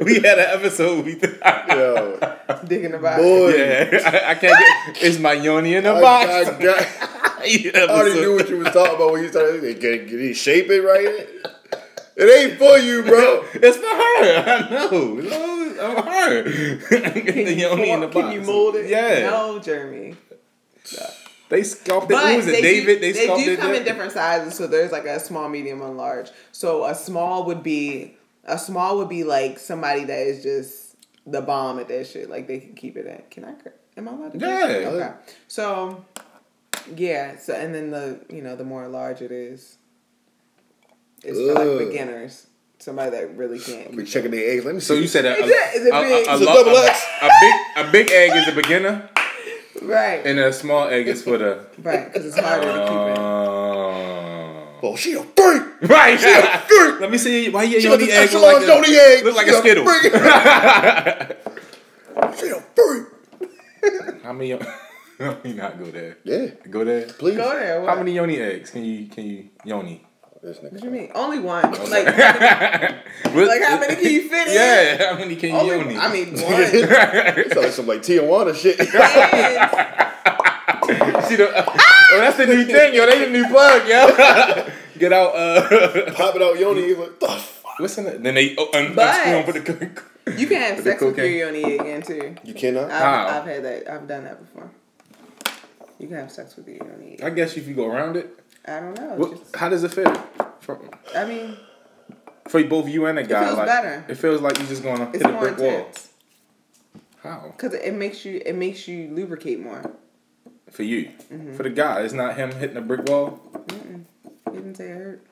Speaker 3: we had an episode. We
Speaker 2: Yo,
Speaker 3: <laughs>
Speaker 4: Digging about
Speaker 2: boy,
Speaker 3: yeah, I, I can't get. It's my yoni in the
Speaker 2: I,
Speaker 3: box.
Speaker 2: I,
Speaker 3: <laughs>
Speaker 2: got, I already knew what you was talking about when you started. They get, get it shape it right. here. It ain't for you, bro.
Speaker 3: <laughs> It's for her. <laughs> I know. It's all- I'm her. <laughs>
Speaker 4: Can
Speaker 3: the
Speaker 4: you,
Speaker 3: yoni in
Speaker 4: form-
Speaker 3: the
Speaker 4: can
Speaker 3: box.
Speaker 4: you mold it?
Speaker 3: Yeah.
Speaker 4: No, Jeremy.
Speaker 3: They sculpted.
Speaker 4: But
Speaker 3: Who was it?
Speaker 4: they
Speaker 3: David.
Speaker 4: Do,
Speaker 3: they
Speaker 4: they,
Speaker 3: sculpted.
Speaker 4: do come
Speaker 3: that?
Speaker 4: in different sizes, so there's like a small, medium, and large. So a small would be a small would be like somebody that is just the bomb at that shit. Like they can keep it at. Can I? cur- Am I allowed to? curse?
Speaker 3: Yeah.
Speaker 4: Okay. So, yeah. So and then the you know the more large it is, it's for
Speaker 2: Ugh.
Speaker 4: like beginners. Somebody that really can't.
Speaker 2: We checking their eggs. Let me see.
Speaker 3: So you said a,
Speaker 4: Is it- is it
Speaker 3: a- a-
Speaker 4: big?
Speaker 3: a
Speaker 4: It's
Speaker 2: a
Speaker 3: lo-
Speaker 2: double
Speaker 3: a-
Speaker 2: X.
Speaker 3: a big a big egg is a beginner,
Speaker 4: Right.
Speaker 3: and a small egg is for the.
Speaker 4: right. Because it's harder
Speaker 3: <laughs>
Speaker 4: to <laughs> keep it.
Speaker 3: Oh.
Speaker 2: oh, she a freak.
Speaker 3: Right.
Speaker 2: freak.
Speaker 3: Let me see. Why your
Speaker 2: She got
Speaker 3: yoni
Speaker 2: this
Speaker 3: egg
Speaker 2: extra
Speaker 3: look like
Speaker 2: large
Speaker 3: a-
Speaker 2: Yoni egg.
Speaker 3: Look like a
Speaker 2: She
Speaker 3: skittle.
Speaker 2: freak. she
Speaker 3: <laughs>
Speaker 2: a freak.
Speaker 3: How many? yo- <laughs> Let me not go there.
Speaker 2: Yeah,
Speaker 3: Go there.
Speaker 2: please.
Speaker 4: Go there.
Speaker 3: How
Speaker 4: What? <laughs>
Speaker 3: many yoni eggs can you can you yoni?
Speaker 2: This nigga.
Speaker 4: What you mean? Only one.
Speaker 3: <laughs>
Speaker 4: Like, how many- like how many can you fit in?
Speaker 3: Yeah, how many can you
Speaker 4: Only,
Speaker 3: need?
Speaker 4: I
Speaker 3: <laughs>
Speaker 4: mean, one.
Speaker 2: Sound like some like Tijuana shit.
Speaker 4: And
Speaker 3: See the, oh, that's
Speaker 4: <laughs>
Speaker 3: the new thing, yo. They the new plug, yo. <laughs> Get out. Uh, <laughs>
Speaker 2: Popping out Yoni. He's like, the fuck?
Speaker 3: what's in it? Then they oh, un-
Speaker 4: But-
Speaker 3: unscrew 'em for the cook.
Speaker 4: you can have sex with your
Speaker 3: cocaine.
Speaker 4: yoni again too.
Speaker 2: You cannot.
Speaker 4: I've,
Speaker 3: How?
Speaker 4: I've had that. I've done that before. You can have sex with your yoni.
Speaker 3: I guess if you go around it,
Speaker 4: I don't know.
Speaker 3: what,
Speaker 4: Just,
Speaker 3: how does it feel? For,
Speaker 4: I mean,
Speaker 3: for both you and the guy,
Speaker 4: feels
Speaker 3: like,
Speaker 4: better.
Speaker 3: It feels like you're just going to
Speaker 4: it's
Speaker 3: hit a
Speaker 4: more
Speaker 3: brick wall.
Speaker 4: intense
Speaker 3: How?
Speaker 4: because it makes you it makes you lubricate more.
Speaker 3: For you, for the guy, it's not him hitting a brick wall.
Speaker 4: You didn't say it hurt.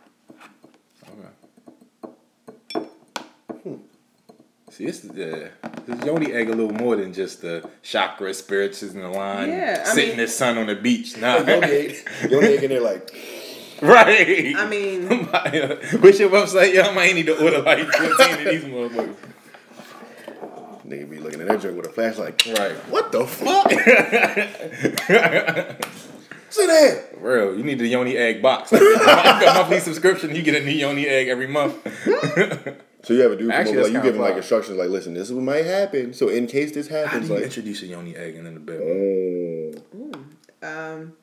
Speaker 3: Okay. Hmm. See, this is the this Yoni egg a little more than just the chakra, spirits is in the line,
Speaker 4: Yeah, I
Speaker 3: sitting
Speaker 4: mean-
Speaker 3: in the sun on the beach. Nah,
Speaker 2: Yoni, Yoni in there like,
Speaker 3: <laughs> right.
Speaker 4: I mean,
Speaker 3: <laughs> Which your website, y'all might need to order like 15 of these motherfuckers.
Speaker 2: nigga be looking at that joint with a flashlight.
Speaker 3: Right.
Speaker 2: What the fuck? <laughs> Sit down.
Speaker 3: Real, you need the Yoni Egg box. <laughs> Like, you got a monthly subscription, you get a new Yoni Egg every month.
Speaker 2: So you have a dude come over, like
Speaker 3: Actually, that's
Speaker 2: you
Speaker 3: kinda
Speaker 2: give him like
Speaker 3: fly.
Speaker 2: instructions, like, listen, this is what might happen. So in case this
Speaker 3: How do
Speaker 2: happens,
Speaker 3: you <laughs>
Speaker 2: like,
Speaker 3: introduce a Yoni Egg and then the bed?
Speaker 2: mm,
Speaker 4: um,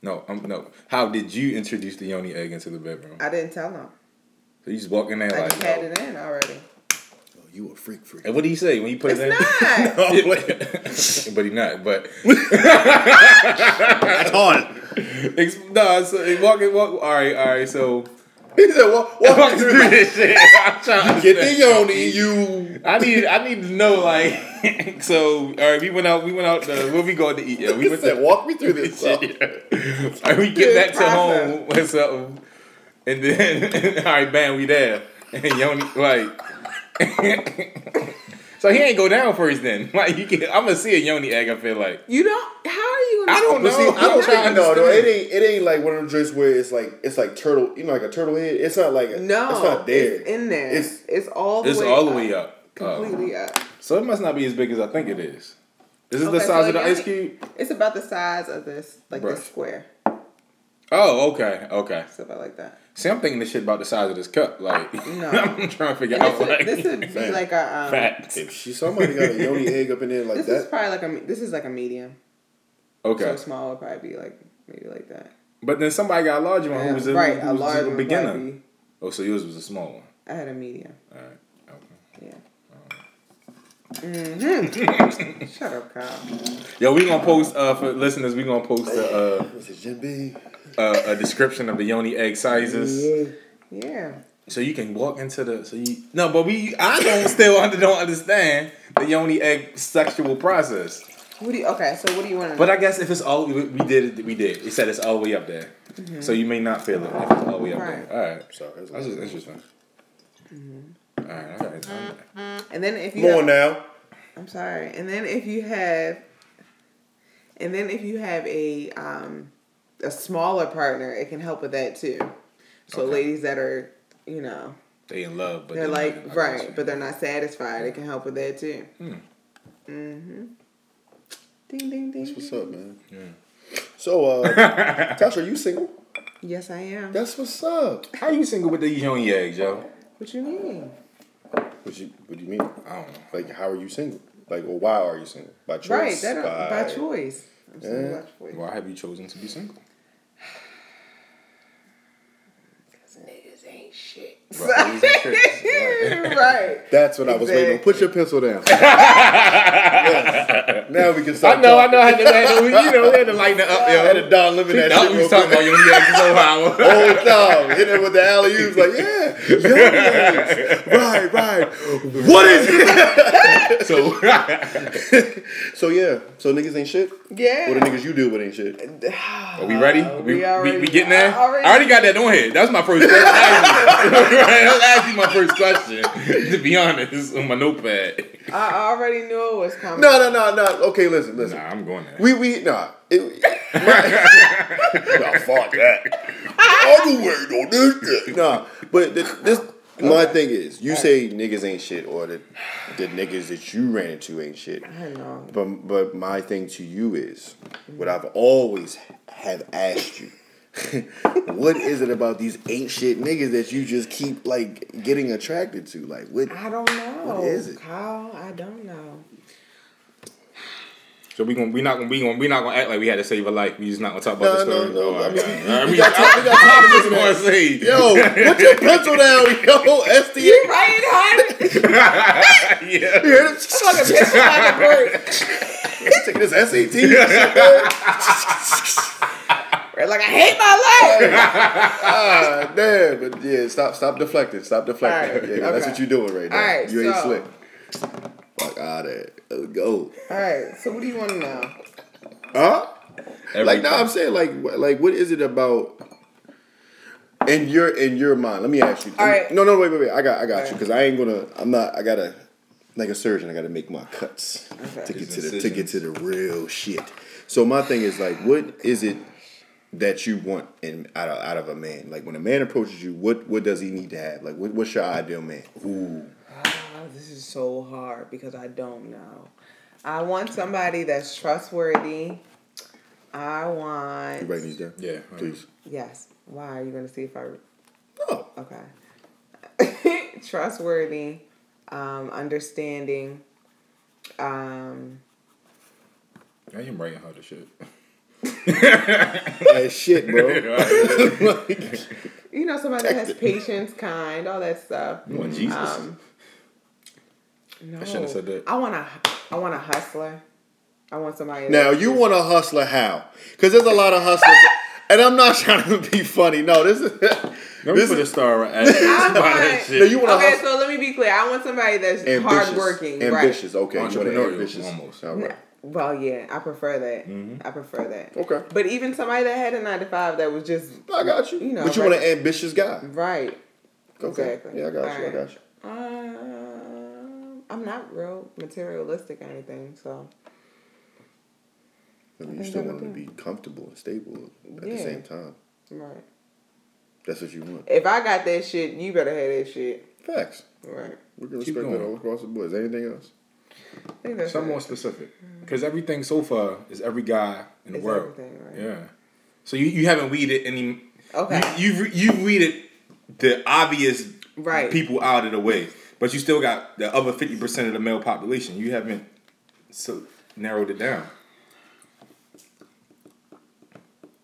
Speaker 3: No, um, no. How did you introduce the Yoni Egg into the bedroom?
Speaker 4: I didn't tell them.
Speaker 3: So you just walk in there
Speaker 4: I
Speaker 3: like,
Speaker 4: just had
Speaker 3: yo.
Speaker 4: it in already.
Speaker 2: oh, you a freak, freak.
Speaker 3: and what do you say when you put
Speaker 4: It's
Speaker 3: it in? <laughs>
Speaker 4: not.
Speaker 3: No, I'm playing. <laughs> but he not. But
Speaker 2: That's hard.
Speaker 3: <laughs> Ex- no, so he walk, walk. All right, all right. So
Speaker 2: <laughs> He said, "Walk, walk
Speaker 3: walk
Speaker 2: me
Speaker 3: through
Speaker 2: through
Speaker 3: this shit. <laughs> I'm trying
Speaker 2: <laughs>
Speaker 3: to
Speaker 2: Get the Yoni, you."
Speaker 3: I need I need to know like <laughs> so all right we went out we went out to where we going to eat yeah we
Speaker 2: He
Speaker 3: went to
Speaker 2: said, <laughs> "Walk me through
Speaker 3: <laughs>
Speaker 2: this."
Speaker 3: shit yeah. All right, we get back to
Speaker 4: process.
Speaker 3: home or something and then <laughs> all right bam we there and Yoni like <laughs> so he ain't go down first then <laughs> like you can I'm gonna see a Yoni egg I feel like
Speaker 4: You don't. How are you? Gonna
Speaker 3: I
Speaker 2: But
Speaker 3: don't know.
Speaker 2: see, I
Speaker 3: I'm
Speaker 2: don't
Speaker 3: trying
Speaker 2: think
Speaker 3: to
Speaker 2: no, no. It
Speaker 3: understand.
Speaker 2: ain't. It ain't like one of them drinks where it's like it's like turtle. You know, like a turtle head. It's not like
Speaker 4: No,
Speaker 2: It's not there.
Speaker 4: It's in there.
Speaker 2: It's-
Speaker 4: It's it's all the
Speaker 3: it's
Speaker 4: way
Speaker 3: all the
Speaker 4: up,
Speaker 3: way up Oh.
Speaker 4: uh, completely up.
Speaker 3: so it must not be as big as I think it is is this
Speaker 4: Okay,
Speaker 3: the
Speaker 4: so
Speaker 3: size
Speaker 4: a
Speaker 3: of the
Speaker 4: Yoni-
Speaker 3: ice cube
Speaker 4: It's about the size of this, like
Speaker 3: Brush.
Speaker 4: this square,
Speaker 3: oh okay okay
Speaker 4: stuff like that.
Speaker 3: See, I'm thinking this shit about the size of this cup. Like, <laughs>
Speaker 4: No.
Speaker 3: I'm trying to figure
Speaker 4: And
Speaker 3: out
Speaker 4: this,
Speaker 3: what <laughs> like,
Speaker 4: would, this would be
Speaker 2: Fat.
Speaker 4: like a. Um,
Speaker 3: fat.
Speaker 2: If
Speaker 4: <laughs>
Speaker 2: she somebody got a yoni egg up in there like
Speaker 4: This is
Speaker 2: that,
Speaker 4: probably like a. me- This is like a medium.
Speaker 3: Okay,
Speaker 4: So small would probably be like maybe like that.
Speaker 3: but then somebody got a large one who was a,
Speaker 4: right,
Speaker 3: who
Speaker 4: a
Speaker 3: was
Speaker 4: large
Speaker 3: a
Speaker 4: one
Speaker 3: beginner.
Speaker 4: Would be,
Speaker 3: Oh, so yours was a small one.
Speaker 4: I had a medium.
Speaker 3: All right. Okay.
Speaker 4: Yeah. hmm Shut up, Kyle.
Speaker 3: <laughs> Yo, we gonna post uh for listeners. We gonna post a
Speaker 2: this is Jim B.
Speaker 3: uh, a, a description of the yoni egg sizes,
Speaker 4: Yeah.
Speaker 3: so you can walk into the. So you no, but we I don't still under, don't understand the yoni egg sexual process.
Speaker 4: What do you? Okay, so what do you want to?
Speaker 3: But I guess if it's all we we did, it, we did. It said it's all the way up there, so you may not feel it if it's all the way up
Speaker 4: Mm-hmm. Right.
Speaker 3: there. All right.
Speaker 2: Sorry, that's
Speaker 3: That's just
Speaker 2: just
Speaker 3: interesting.
Speaker 4: Mm-hmm.
Speaker 3: Alright, alright. alright.
Speaker 4: and then if you
Speaker 2: Come
Speaker 4: have-
Speaker 2: on now.
Speaker 4: I'm sorry. And then if you have, and then if you have a um, a smaller partner, it can help with that too. So
Speaker 3: Okay.
Speaker 4: ladies that are, you know,
Speaker 3: They in love, but
Speaker 4: they're
Speaker 3: not- I
Speaker 4: like
Speaker 3: got
Speaker 4: right,
Speaker 3: you.
Speaker 4: but they're not satisfied. It can help with that too. Mm. hmm Ding ding ding.
Speaker 2: What's up, man? So, uh,
Speaker 3: <laughs>
Speaker 2: Tasha, are you single?
Speaker 4: Yes, I am.
Speaker 2: That's what's up.
Speaker 3: how you single with these young eggs, yo?
Speaker 4: What you mean?
Speaker 2: What you What do you mean?
Speaker 3: I don't know.
Speaker 2: Like, how are you single? Like, well, why are you single? By choice.
Speaker 4: Right, that uh, by, by choice. I'm saying
Speaker 2: Yeah.
Speaker 4: by choice.
Speaker 3: Why have you chosen to be single?
Speaker 4: Cause niggas ain't shit.
Speaker 3: Right, these are tricks.
Speaker 4: <laughs> right.
Speaker 2: That's what I was waiting on.
Speaker 4: Exactly.
Speaker 2: Put your pencil
Speaker 3: <laughs>
Speaker 2: down. Yes. Now we can start.
Speaker 3: I know, I
Speaker 2: talking.
Speaker 3: know. I had to, I had to, you know, we had to lighten it up, yo.
Speaker 2: I
Speaker 3: <laughs>
Speaker 2: had a Don living that
Speaker 3: Now
Speaker 2: shit.
Speaker 3: we
Speaker 2: real
Speaker 3: was talking
Speaker 2: quick.
Speaker 3: about young eggs so how. <laughs>
Speaker 2: whole time. Hit it with the alley oops. Like, yeah, yummies. Right, right. What is it?
Speaker 3: So <laughs>
Speaker 2: So yeah, so niggas ain't shit.
Speaker 4: Yeah.
Speaker 2: What the niggas you deal with ain't shit.
Speaker 3: are we ready? we, we,
Speaker 4: already-
Speaker 3: we getting there?
Speaker 4: I already-
Speaker 3: I already got that on here. That's my first question. right, that's actually my <laughs> first question. <laughs> To be honest, on my notepad.
Speaker 4: I already knew it was coming.
Speaker 2: No, no, no, no. Okay, listen, listen.
Speaker 3: Nah, I'm going there.
Speaker 2: We we nah. It, nah, fuck that. I don't wait on this shit. Nah, but this, this my thing is, you say niggas ain't shit, or the the niggas that you ran into ain't shit.
Speaker 4: I know.
Speaker 2: But but my thing to you <laughs> is what I've always have asked you what is it about these ancient niggas that you just keep like getting attracted to? Like what?
Speaker 4: I don't know.
Speaker 2: What is it?
Speaker 4: Kyle, I don't know.
Speaker 3: So we gonna we not gonna we gonna we not gonna act like we had to save a life. We just not gonna talk about
Speaker 2: No,
Speaker 3: the story.
Speaker 2: no, no.
Speaker 3: Oh,
Speaker 2: I
Speaker 3: all
Speaker 2: mean,
Speaker 3: right, all right.
Speaker 2: we
Speaker 3: We
Speaker 2: got
Speaker 3: <laughs> I
Speaker 2: topic- we got topics
Speaker 3: just wanna say.
Speaker 2: Yo, put your pencil down, yo, SDA.
Speaker 4: You're right, hard. <laughs>
Speaker 3: yeah.
Speaker 2: You heard it?
Speaker 4: I'm gonna piss you like a bird.
Speaker 2: He's taking his
Speaker 4: <laughs>
Speaker 2: SAT.
Speaker 4: We're like, I hate my life.
Speaker 2: ah, damn. But yeah, stop, stop deflecting. Stop deflecting.
Speaker 4: All right,
Speaker 2: Yeah, That's
Speaker 4: okay.
Speaker 2: what you're doing right now.
Speaker 4: All right,
Speaker 2: you ain't
Speaker 4: so-
Speaker 2: slick. Fuck out of it. Let's go.
Speaker 4: All right, so what do you want to know?
Speaker 2: Huh? Like
Speaker 3: Everything.
Speaker 2: now, I'm saying like, wh- like what is it about? In your in your mind, let me ask you.
Speaker 4: All right.
Speaker 2: No, no, wait, wait, wait. I got, I got
Speaker 4: right.
Speaker 2: you because I ain't gonna. I'm not. I gotta. Like a surgeon, I gotta make my cuts to get
Speaker 3: His
Speaker 2: to the to get to the real shit. So my thing is like, what is it that you want in out of out of a man? Like when a man approaches you, what what does he need to have? Like what, what's your ideal man? Ooh,
Speaker 4: Ah, this is so hard because I don't know. I want somebody that's trustworthy. I want.
Speaker 2: you writing these down?
Speaker 3: Yeah.
Speaker 2: please. Oh,
Speaker 4: Yes. Why are you going to see if I.
Speaker 2: <laughs> No,
Speaker 4: Okay. <laughs> trustworthy, um, understanding. Um,
Speaker 3: I am writing hard as shit.
Speaker 2: that shit, bro.
Speaker 4: you know, somebody that has patience, kind, all that stuff.
Speaker 3: Come on, Jesus.
Speaker 4: Um, no. I
Speaker 3: shouldn't have said that.
Speaker 4: I want a, I want a hustler. I want somebody.
Speaker 2: Now you <laughs> want a hustler how? Because there's a lot of hustlers, and I'm not <laughs> trying to be funny. No, this is <laughs>
Speaker 3: Let me
Speaker 2: this
Speaker 3: put a
Speaker 2: is
Speaker 3: star right <laughs> after that
Speaker 4: I'm like-
Speaker 2: no,
Speaker 3: shit.
Speaker 2: you want a
Speaker 4: Okay,
Speaker 2: hustler
Speaker 4: so let me be clear. I want somebody that's
Speaker 2: ambitious,
Speaker 4: hardworking,
Speaker 2: ambitious. Okay, you want an
Speaker 3: Entrepreneurial,
Speaker 2: ambitious.
Speaker 3: almost.
Speaker 2: All
Speaker 4: right?
Speaker 2: right.
Speaker 4: N- Well, yeah, I prefer that. I prefer that.
Speaker 2: Mm-hmm. Okay.
Speaker 4: But even somebody that had a nine to five that was just
Speaker 2: I got you.
Speaker 4: You know,
Speaker 2: but you want
Speaker 4: right.
Speaker 2: an ambitious guy.
Speaker 4: right.
Speaker 2: Okay.
Speaker 4: Exactly.
Speaker 2: Yeah, I got you. I
Speaker 4: Alright.
Speaker 2: got you.
Speaker 4: Um, I'm not real materialistic or anything, so
Speaker 2: I mean,
Speaker 4: I
Speaker 2: you
Speaker 4: think
Speaker 2: still
Speaker 4: I
Speaker 2: want
Speaker 4: would
Speaker 2: them to be comfortable and stable at the
Speaker 4: Yeah.
Speaker 2: same time.
Speaker 4: right.
Speaker 2: That's what you want.
Speaker 4: If I got that shit, you better have that shit.
Speaker 2: Facts.
Speaker 4: Right.
Speaker 2: We can
Speaker 3: Keep
Speaker 2: respect that
Speaker 3: going.
Speaker 2: all across the board. Is there anything else?
Speaker 4: I think that's
Speaker 3: Some
Speaker 4: it.
Speaker 3: more specific, because everything so far is every guy in the
Speaker 4: It's
Speaker 3: world.
Speaker 4: everything, right.
Speaker 3: Yeah. So you, you haven't weeded any.
Speaker 4: Okay. Mm-hmm.
Speaker 3: You you you weeded the obvious
Speaker 4: Right.
Speaker 3: people out of the way, but you still got the other fifty percent of the male population. You haven't so narrowed it down.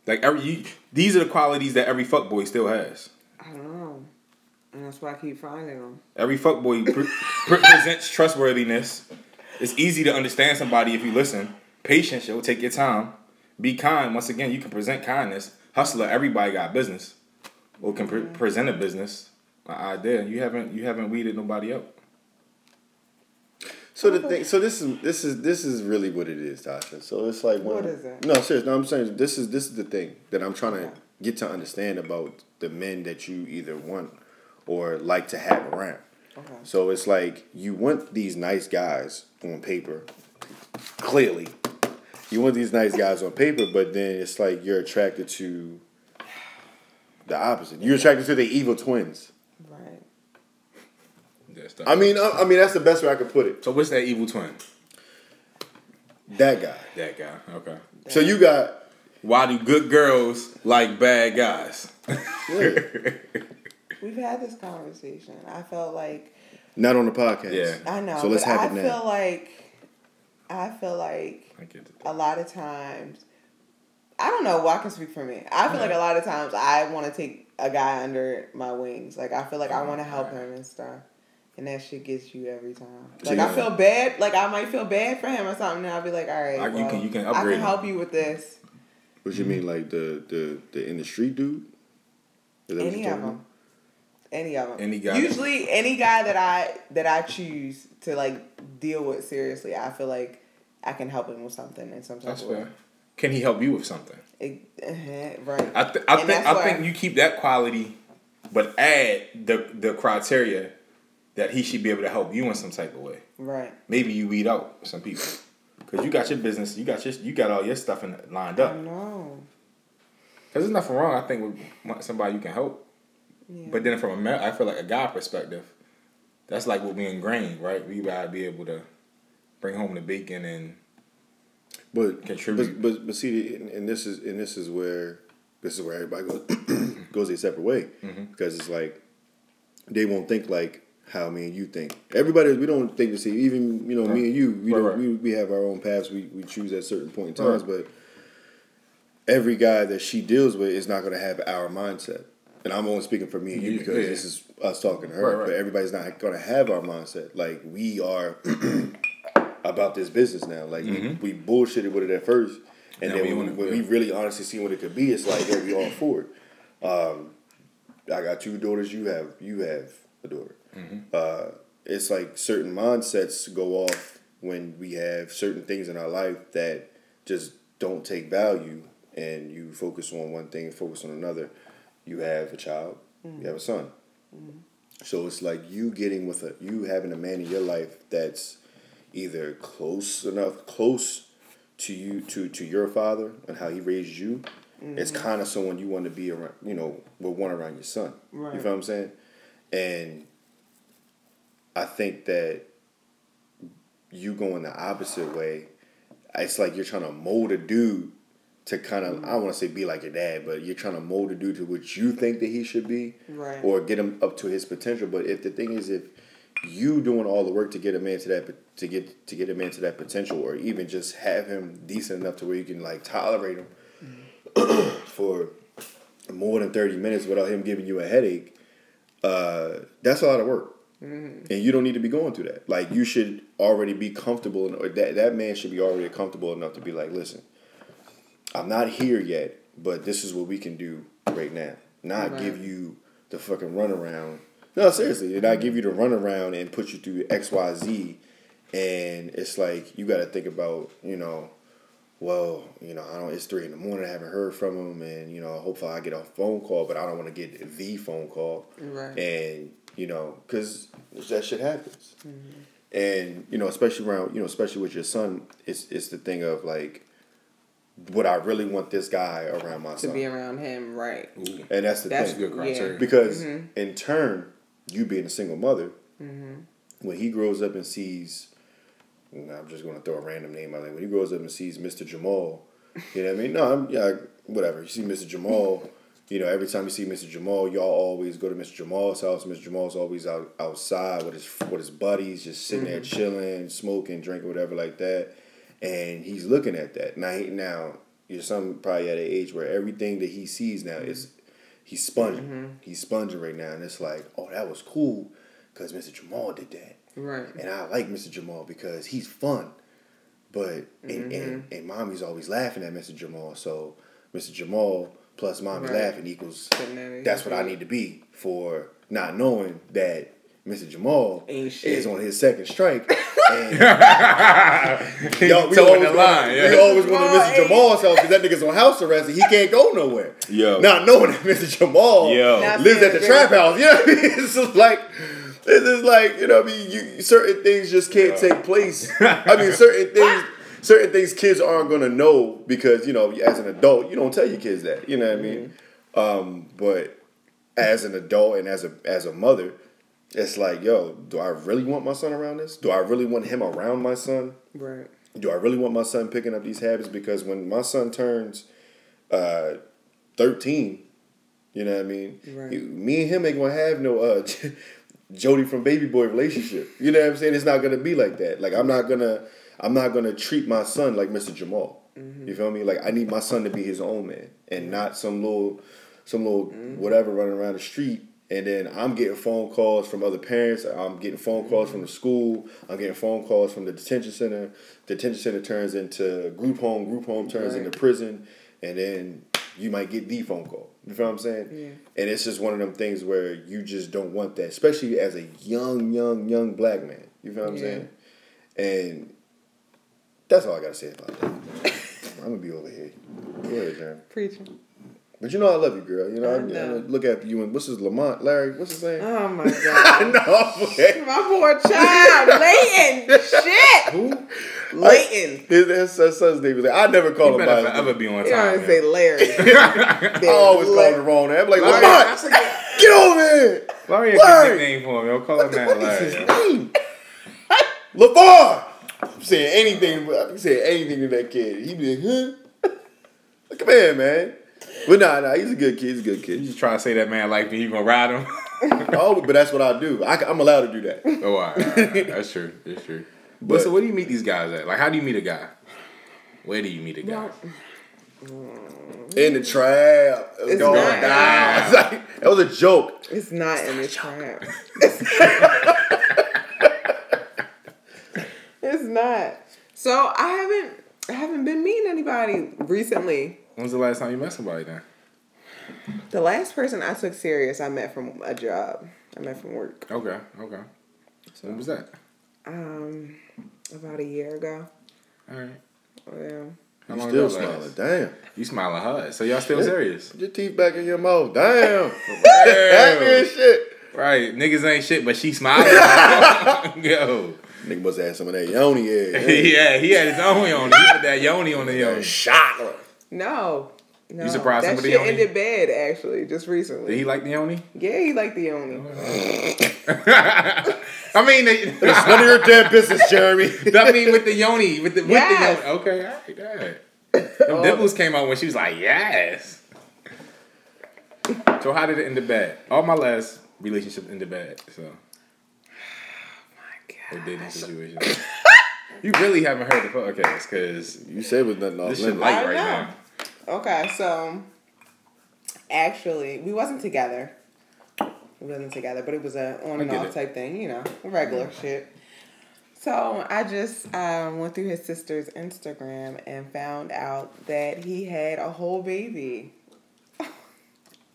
Speaker 3: Like every you, these are the qualities that every fuckboy still has.
Speaker 4: I don't know, and that's why I keep finding them.
Speaker 3: Every fuckboy pre- pre- presents trustworthiness. It's easy to understand somebody if you listen. Patience, yo, take your time. Be kind. Once again, you can present kindness. Hustler, everybody got business, or can pre- present a business a idea. You haven't you haven't weeded nobody out.
Speaker 2: So the thing, so this is this is this is really what it is, Tasha. So it's like when,
Speaker 4: What is it?
Speaker 2: No, serious. No, I'm saying this is this is the thing that I'm trying to get to understand about the men that you either want or like to have around.
Speaker 4: Okay.
Speaker 2: So it's like you want these nice guys on paper, clearly. You want these nice guys on paper, but then it's like you're attracted to the opposite. You're attracted to the evil twins.
Speaker 4: Right.
Speaker 2: I mean, I, I mean that's the best way I could put it.
Speaker 3: so what's that evil twin?
Speaker 2: That guy.
Speaker 3: That guy. Okay.
Speaker 2: So you got
Speaker 3: Why do good girls like bad guys?
Speaker 2: yeah.
Speaker 4: We've had this conversation. I felt like
Speaker 2: Not on the podcast.
Speaker 3: Yeah.
Speaker 4: I know.
Speaker 2: So let's
Speaker 4: but
Speaker 2: have
Speaker 4: I
Speaker 2: it
Speaker 4: feel
Speaker 2: now.
Speaker 4: like I feel like
Speaker 3: <laughs> I get it.
Speaker 4: a lot of times I don't know, well I can speak for me. I feel like a lot of times I wanna take a guy under my wings. Like I feel like I wanna help him and stuff. And that shit gets you every time. Like I
Speaker 2: Yeah.
Speaker 4: feel bad like I might feel bad for him or something and I'll be like, All right,
Speaker 3: I- you
Speaker 4: well,
Speaker 3: can- you can
Speaker 4: I
Speaker 3: upgrade
Speaker 4: can
Speaker 3: him.
Speaker 4: help you with this.
Speaker 2: What you mean, like the the the in the street dude? Is that what
Speaker 4: Any
Speaker 2: you're
Speaker 4: of
Speaker 2: talking
Speaker 4: them. Any of them.
Speaker 3: Any guy.
Speaker 4: Usually, any guy that I that I choose to like deal with seriously, I feel like I can help him with something in some type
Speaker 3: That's
Speaker 4: of way.
Speaker 3: fair. Can he help you with something?
Speaker 4: It- uh-huh, right.
Speaker 3: I, th- I
Speaker 4: And
Speaker 3: think
Speaker 4: that's
Speaker 3: I
Speaker 4: why-
Speaker 3: think you keep that quality, but add the the criteria that he should be able to help you in some type of way.
Speaker 4: right.
Speaker 3: Maybe you weed out some people because you got your business, you got your you got all your stuff in, lined
Speaker 4: I
Speaker 3: up.
Speaker 4: know.
Speaker 3: Because there's nothing wrong, I think, with want somebody you can help.
Speaker 4: Yeah.
Speaker 3: But then from a ma- I feel like a guy perspective, that's like what we ingrained, right? We gotta be able to bring home the bacon and
Speaker 2: But But
Speaker 3: Contribute.
Speaker 2: but, but see, and, and this is and this is where this is where everybody goes <coughs> goes their separate way
Speaker 3: Mm-hmm.
Speaker 2: because it's like they won't think like how me and you think. Everybody, we don't think the same. Even you know, me and you, we
Speaker 3: Right,
Speaker 2: don't,
Speaker 3: right.
Speaker 2: We, we have our own paths. We we choose at certain point in
Speaker 3: Right.
Speaker 2: times, but every guy that she deals with is not going to have our mindset. And I'm only speaking for me and you
Speaker 3: You-
Speaker 2: because
Speaker 3: yeah.
Speaker 2: this is us talking to her.
Speaker 3: Right, right.
Speaker 2: But everybody's not going to have our mindset. Like we are about this business now. Like we, we bullshitted with it at first, and
Speaker 3: Mm-hmm. Now
Speaker 2: then
Speaker 3: we
Speaker 2: when,
Speaker 3: on it,
Speaker 2: when
Speaker 3: yeah.
Speaker 2: we really honestly see what it could be, it's like yeah, we all for it. Um, I got two daughters. You have you have a daughter.
Speaker 3: Mm-hmm.
Speaker 2: Uh, it's like certain mindsets go off when we have certain things in our life that just don't take value, and you focus on one thing and focus on another. You have a child. You have a son. So it's like you getting with a you having a man in your life that's either close enough close to you to to your father and how he raised you. It's kind of someone you want to be around. You know, will want around your son. You
Speaker 4: Right.
Speaker 2: feel what I'm saying? And I think that you going the opposite way. It's like you're trying to mold a dude to kind of I don't want to say be like your dad, but you're trying to mold a dude to what you think that he should be,
Speaker 4: Right.
Speaker 2: or get him up to his potential. But if the thing is, if you doing all the work to get a man to that to get to get a man to that potential, or even just have him decent enough to where you can like tolerate him <coughs> for more than thirty minutes without him giving you a headache, uh, that's a lot of work. And you don't need to be going through that. Like you should already be comfortable, and or that that man should be already comfortable enough to be like, listen, I'm not here yet, but this is what we can do right now. Not
Speaker 4: Right.
Speaker 2: give you the fucking runaround. No, seriously, did I give you the runaround and put you through X Y Z? And it's like you got to think about, you know, well, you know, I don't. It's three in the morning. I haven't heard from him, and you know, hopefully I get a phone call, but I don't want to get the phone call.
Speaker 4: Right.
Speaker 2: And you know, because that shit happens.
Speaker 4: Mm-hmm.
Speaker 2: And you know, especially around, you know, especially with your son, it's it's the thing of like, would I really want this guy around my
Speaker 4: to
Speaker 2: son?
Speaker 4: be around him, right?
Speaker 2: and that's the
Speaker 4: That's
Speaker 2: thing.
Speaker 3: Good criteria.
Speaker 4: Yeah.
Speaker 2: Because in turn, you being a single mother, when he grows up and sees, and I'm just gonna throw a random name out there. When he grows up and sees Mr. Jamal, you know what I mean? No, I'm yeah, whatever. You see Mr. Jamal. You know, every time you see Mr. Jamal, y'all always go to Mr. Jamal's house. Mr. Jamal's always out outside with his with his buddies, just sitting there chilling, smoking, drinking, whatever like that. And he's looking at that. Now, he, now your son probably at an age where everything that he sees now is he's sponging.
Speaker 4: Mm-hmm.
Speaker 2: He's sponging right now, and it's like, oh, that was cool, because Mr. Jamal did that,
Speaker 4: Right.
Speaker 2: and I like Mr. Jamal because he's fun. But and,
Speaker 4: Mm-hmm.
Speaker 2: and, and mommy's always laughing at Mr. Jamal, so Mr. Jamal plus mommy
Speaker 4: Right.
Speaker 2: laughing equals
Speaker 4: But now you
Speaker 2: that's what I
Speaker 4: see.
Speaker 2: need to be for not knowing that Mr. Jamal
Speaker 4: Ain't shit.
Speaker 2: is on his second
Speaker 4: <laughs>
Speaker 2: strike. and
Speaker 3: Yo,
Speaker 2: Yo, we always the line,
Speaker 3: yeah.
Speaker 2: we always want to Mr.
Speaker 4: Jamal
Speaker 2: Jamal's house because that nigga's on house arrest and he can't go nowhere.
Speaker 3: Yo.
Speaker 2: Not knowing that Mr. Jamal
Speaker 3: Yo.
Speaker 4: Not
Speaker 2: lives at the
Speaker 4: feeling
Speaker 2: trap
Speaker 4: good.
Speaker 2: house. <laughs> You know what I mean? It's just like it's just like, you know what I mean, you certain things just can't take place. I mean certain things certain things kids aren't gonna know because, you know, as an adult, you don't tell your kids that. You know what I mean?
Speaker 3: Mm-hmm.
Speaker 2: Um, but as an adult and as a as a mother, it's like, yo, do I really want my son around this? Do I really want him around my son?
Speaker 4: Right.
Speaker 2: do I really want my son picking up these habits? Because when my son turns uh, 13, you know what I mean?
Speaker 4: Right.
Speaker 2: You- me and him ain't gonna have no uh, <laughs> Jody from Baby Boy relationship. You know what I'm saying? It's not gonna be like that. Like I'm not gonna, I'm not gonna treat my son like Mr. Jamal. You feel me? Like I need my son to be his own man and not some little, some little whatever running around the street. And then I'm getting phone calls from other parents. I'm getting phone calls from the school. I'm getting phone calls from the detention center. Detention center turns into group home. Group home turns
Speaker 4: Right.
Speaker 2: into prison, and then you might get the phone call. You feel what I'm saying? And it's just one of them things where you just don't want that, especially as a young, young, young black man. You feel what I'm
Speaker 4: Yeah.
Speaker 2: saying? And that's all I gotta say about that.
Speaker 4: <laughs>
Speaker 2: I'm gonna be over here. Go ahead, Jeremy.
Speaker 4: Preacher.
Speaker 2: But you know I love you, girl. You know I,
Speaker 4: I know.
Speaker 2: I look after you. And what's his Lamont, Larry? What's his <laughs> name?
Speaker 4: Oh my god.
Speaker 2: no, I'm playing.
Speaker 4: My poor child, Leighton. Shit. Who? Leighton.
Speaker 2: his, his son's name is. I never call him by
Speaker 3: better
Speaker 2: his name.
Speaker 3: forever be on
Speaker 4: You know
Speaker 3: time.
Speaker 4: what I'm saying, Larry.
Speaker 2: <laughs>
Speaker 3: <laughs>
Speaker 2: I always call him the wrong name. I'm like
Speaker 3: Larry,
Speaker 2: Lamont,
Speaker 3: that's a good-
Speaker 2: get over here.
Speaker 3: Larry, a good
Speaker 2: Larry.
Speaker 3: nickname for him. Yo, call that
Speaker 2: <laughs>
Speaker 3: man
Speaker 2: What is
Speaker 3: Larry.
Speaker 2: his
Speaker 3: yo.
Speaker 2: name? LeVar! I'm saying anything, but I can say anything to that kid. He be like, huh? Come here, man. But nah, nah, he's a good kid. He's a good
Speaker 3: You
Speaker 2: kid.
Speaker 3: just trying to say that man like me, you gonna ride him? <laughs>
Speaker 2: Oh, but that's what I do. I, am allowed to do that.
Speaker 3: oh, all right, all right, all right. that's true. That's true. But,
Speaker 2: But-
Speaker 3: so, where do you meet these guys at? Like, how do you meet a guy? Where do you meet a guy?
Speaker 2: In the trap. It was
Speaker 4: It's
Speaker 2: going
Speaker 4: not-
Speaker 2: down.
Speaker 3: Ah!
Speaker 2: It's <laughs> like- that was a joke.
Speaker 4: It's not in the trap. <laughs> it's not. So I haven't I haven't been meeting anybody recently.
Speaker 3: When's the last time you met somebody then?
Speaker 4: The last person I took serious, I met from a job. I met from work
Speaker 3: Okay, okay. So, when was that?
Speaker 4: um, about a year ago.
Speaker 3: All right.
Speaker 4: Yeah.
Speaker 3: How
Speaker 2: You
Speaker 3: long
Speaker 2: still
Speaker 3: ago that was?
Speaker 2: smiling. Damn.
Speaker 3: You smiling hard. So y'all
Speaker 2: <laughs>
Speaker 3: still serious?
Speaker 2: Put your teeth back in your mouth.
Speaker 3: <laughs>
Speaker 2: Damn. <laughs>
Speaker 3: Damn.
Speaker 2: Happy as shit.
Speaker 3: Right, niggas ain't shit, but she smiling. <laughs> Yo,
Speaker 2: Nigga must have had some of that yoni
Speaker 3: <laughs>
Speaker 2: egg.
Speaker 3: yeah, he had his own on. He put that yoni on the
Speaker 2: Yeah.
Speaker 3: yoni.
Speaker 2: Shocker.
Speaker 4: No. No.
Speaker 3: surprised
Speaker 4: that
Speaker 3: somebody
Speaker 4: shit
Speaker 3: only-
Speaker 4: ended bad actually just recently.
Speaker 3: Did he Oh like the yoni?
Speaker 4: yeah, he liked the only.
Speaker 3: I mean,
Speaker 2: <laughs>
Speaker 3: the-
Speaker 2: It's none of your damn business, Jeremy. <laughs>
Speaker 3: I mean with the yoni, with the with
Speaker 4: Yes. Oh.
Speaker 3: the yoni. Okay, all right, all right. Them nipples came out when she was like, yes. So how did it end up bad? All my last relationships ended bad. So. Or dating situation. you really haven't heard the podcast because
Speaker 2: you said it was nothing off
Speaker 3: this shit
Speaker 2: limits.
Speaker 3: light
Speaker 4: I
Speaker 3: right
Speaker 4: know.
Speaker 3: now.
Speaker 4: Okay, so actually, we wasn't together. We wasn't together, but it was a on
Speaker 3: I
Speaker 4: and
Speaker 3: get
Speaker 4: off
Speaker 3: it.
Speaker 4: type thing, you know, regular shit. So I just um, went through his sister's Instagram and found out that he had a whole baby. <laughs>